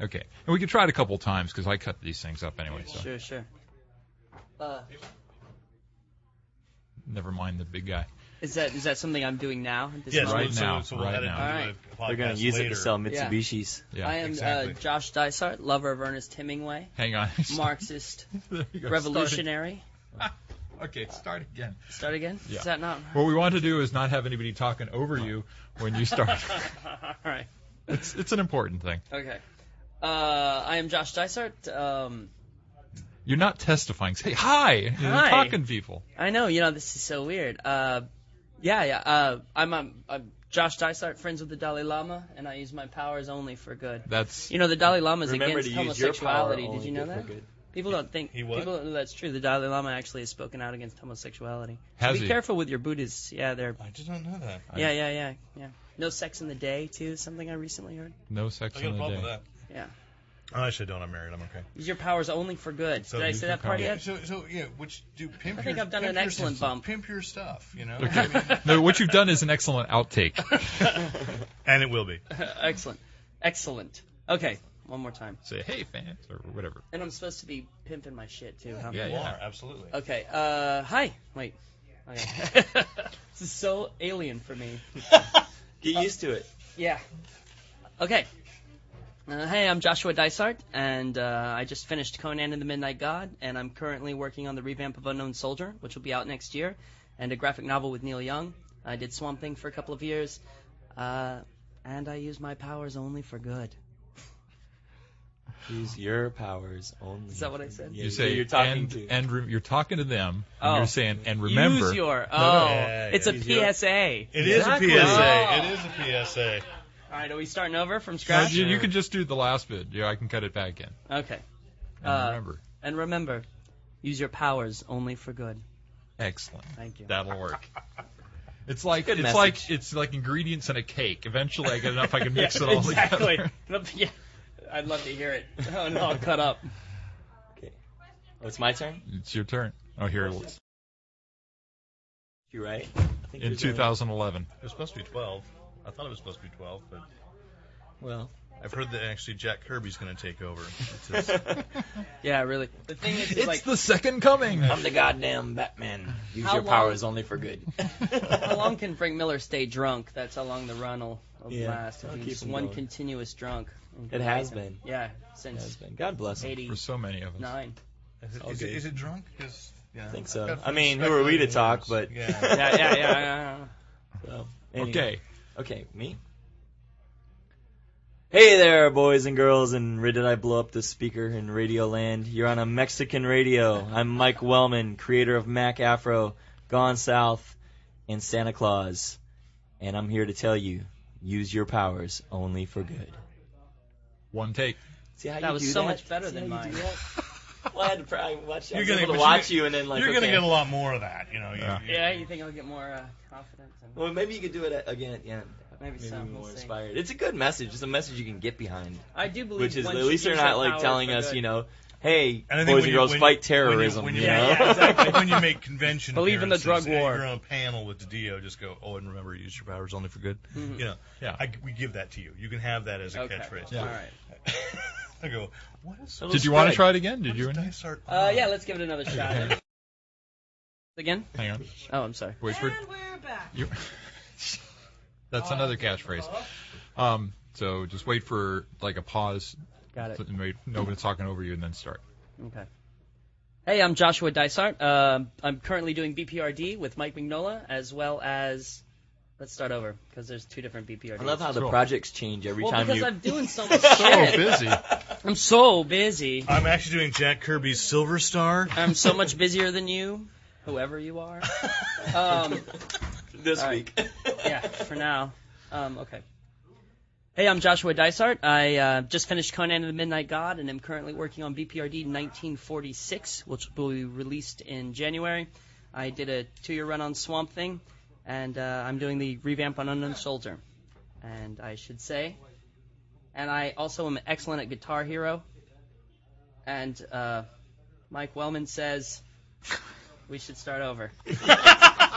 Okay. And we could try it a couple times because I cut these things up anyway, so
Sure, sure. Uh,
never mind the big guy.
is that is that something I'm doing now? at this
Yes,
moment?
right now, right now.
All right.
They're going to use it to sell
Yeah.
Mitsubishis.
Yeah.
I am
exactly.
uh, Josh Dysart, lover of Ernest Hemingway,
Hang on.
Marxist,
There you go.
revolutionary.
Start- okay, start again.
Start again.
Yeah.
Is that not?
What we want to do is not have anybody talking over you when you start.
All right.
it's it's an important thing.
Okay. Uh, I am Josh Dysart. Um,
You're not testifying. Say hi. You're
Hi.
talking to people.
I know, you know, this is so weird. Uh, yeah, yeah. Uh, I'm, I'm, I'm Josh Dysart, friends with the Dalai Lama, and I use my powers only for good.
That's
You know, the Dalai Lama is
Remember
against
to use your power
homosexuality. Did
only
you know
good
that?
for good.
People don't think
He what?
people don't know that's true. The Dalai Lama actually has spoken out against homosexuality. So
Has
be
he?
careful with your Buddhists. Yeah, they're
I did not know that.
I-
yeah, yeah, yeah, yeah. No sex in the day too. Something I recently heard.
no sex in the day.
Yeah.
Oh, actually, don't. I'm married. I'm okay.
Use your powers only for good.
So
Did I
you
say
can
that part
come.
yet?
So, so yeah, which do pimp
I think
your-
I've done
pimp
an
your
excellent
stuff-
bump.
Pimp your stuff, you know. I mean-
Okay. no, what you've done is an excellent outtake.
and it will be.
Excellent. Excellent. Okay, one more time.
Say hey fans or whatever.
And I'm supposed to be pimping my shit too, huh?
Yeah,
you
yeah.
are absolutely.
Okay. Uh, hi. Wait. Okay. this is so alien for me.
Get used to it.
Yeah. Okay. Uh, hey, I'm Joshua Dysart, and uh, I just finished Conan and the Midnight God, and I'm currently working on the revamp of Unknown Soldier, which will be out next year, and a graphic novel with Neil Young. I did Swamp Thing for a couple of years, uh, and I use my powers only for good.
Use your powers only.
Is that what I said?
Yeah,
you say
you're talking
and,
to.
and re- you're talking to them.
Oh.
And you're saying and remember.
Use your.
No, no.
Oh, it's a
Use your-
PSA.
It is
Exactly.
a PSA.
Oh.
It is a PSA.
All right, are we starting over from
No,
scratch?
you, you can just do the last bit. Yeah, I can cut it back in.
Okay.
And
Uh.
remember.
And remember, use your powers only for good.
Excellent.
Thank you.
That'll work. It's like
Good
it's
message.
like it's like ingredients in a cake. Eventually, I get enough I can mix it
Yeah,
all
exactly.
together.
yeah, I'd love to hear it. Oh no, I'll cut up.
Oh, it's my turn.
It's your turn. Oh, here it is.
You right? I think
In
there's only-
2011.
It was supposed to be 12. I thought it was supposed to be 12, but
Well,
I've heard that actually Jack Kirby's going to take over. It's just-
Yeah, really. The thing is,
It's
like,
the second coming.
I'm the goddamn Batman. Use
How
your
long-
powers only for good.
how long can Frank Miller stay drunk? That's how long the run will, will
Yeah,
last. If
I'll
he's
keep
just
him
one
going.
continuous drunk.
It has been.
Yeah,
It
since
has been. God bless him.
For so many of us.
'89.
Is it,
all
is it,
good.
is it drunk? 'Cause, yeah,
I think
I've
so.
got
I mean, who
respect
are we to
for
talk?
those.
But
Yeah.
yeah, yeah, yeah, yeah. yeah.
So, anyway.
Okay.
Okay, me. Hey there, boys and girls, and Rid- did I blow up the speaker in Radio Land? You're on a Mexican radio. I'm Mike Wellman, creator of Mac Afro, Gone South, and Santa Claus, and I'm here to tell you: use your powers only for good.
One take.
See how
That
you
was
do
so
that?
much better
See
than
how you do
mine.
that? Well, I had to probably watch. I
You're
was
gonna- but
able to
you-
watch you, and then like
You're going to
okay.
get a lot more of that. You know, you,
Yeah.
you-
Yeah, you think I'll get more uh, confidence? And
Well, maybe you could do it at- again at the end.
maybe,
Maybe
some.
more
we'll see.
inspired. It's a good message. It's a message you can get behind.
I do believe.
which is
one
at
should
least they're
use their
not like
powers
telling
for
us,
good.
you know, hey,
And I think
boys
when
and
you-
girls
when-
fight
when you-
terrorism.
when
you
you-
know?
yeah, exactly. when you make convention,
Believe in the drug
appearances
war.
and You're on a panel with the DO. Just go. Oh, and remember, use your powers only for good.
Mhm.
You know,
Yeah.
I, we give that to you. You can have that as a
Okay.
catchphrase.
Yeah.
All right.
I go. What is?
It'll
Did you want to
spread.
try it again?
what
Did you?
is
any-
Dice Art
Uh,
on?
yeah, let's give it another shot. Again?
Hang on.
Oh, I'm sorry.
Wait for.
And we're back.
You, that's another catchphrase. Um, so just wait for like a pause.
Got it.
so Wait, nobody's talking over you, and then start.
Okay. Hey, I'm Joshua Dysart. Um I'm currently doing BPRD with Mike Mignola, as well as. Let's start over because there's two different BPRDs.
I love how the
Cool.
projects change every
well,
time
because
you.
I'm doing so much
So
shit.
busy.
I'm so busy.
I'm actually doing Jack Kirby's Silver Star.
I'm so much busier than you, whoever you are. Um,
this
all right.
week.
yeah, for now. Um, okay. Hey, I'm Joshua Dysart. I uh, just finished Conan and the Midnight God, and am currently working on BPRD 1946, which will be released in January. I did a two-year run on Swamp Thing, and uh, I'm doing the revamp on Unknown Soldier. And I should say, and I also am excellent at Guitar Hero. And uh, Mike Wellman says we should start over.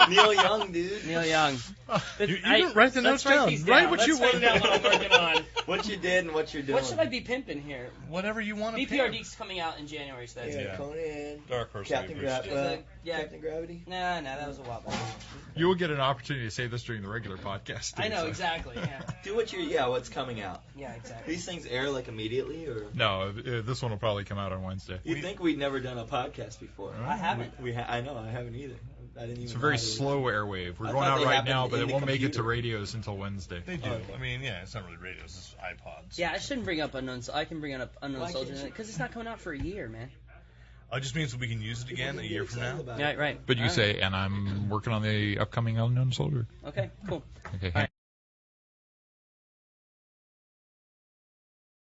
Neil Young, dude.
Neil Young. But
You- you
I-
didn't write the
let's
notes down.
these
Write what
Let's
you
write
wanted.
down what I'm working on.
What you did and what you're doing.
What should I be pimping here?
Whatever you want to.
BPRD's coming out in January, so that's
Yeah,
Yeah.
good.
Conan,
Dark Horse.
Captain
Leapers.
It was
Gravity.
like- yeah.
Captain Gravity.
Nah, nah, that was a while back.
You will get an opportunity to say this during the regular podcast.
I
too,
know
so.
exactly. Yeah,
Do what you're. Yeah, what's coming out?
yeah, exactly.
These things air like immediately, or
No, uh, this one will probably come out on Wednesday.
you think we'd never done a podcast before?
I haven't.
We, we ha- I know I haven't either. I didn't even.
It's a very
know how to-
slow airwave. We're
I
going
thought
out
they
right
happened
now, but
in
it
the
won't make it to
computer.
radios until Wednesday.
They do.
Oh, okay.
I mean, yeah, it's not really radios. It's iPods.
Yeah, I shouldn't bring up unknown. So I can bring up unknown
Why
soldier
can't you?
because it's not coming out for a year, man.
Oh, It just means we can use it
People
again a
get
year from
excited
now.
about it.
Yeah, right.
But you
All right.
say, and I'm working on the upcoming Unknown Soldier.
Okay, cool.
Okay, hang
All right.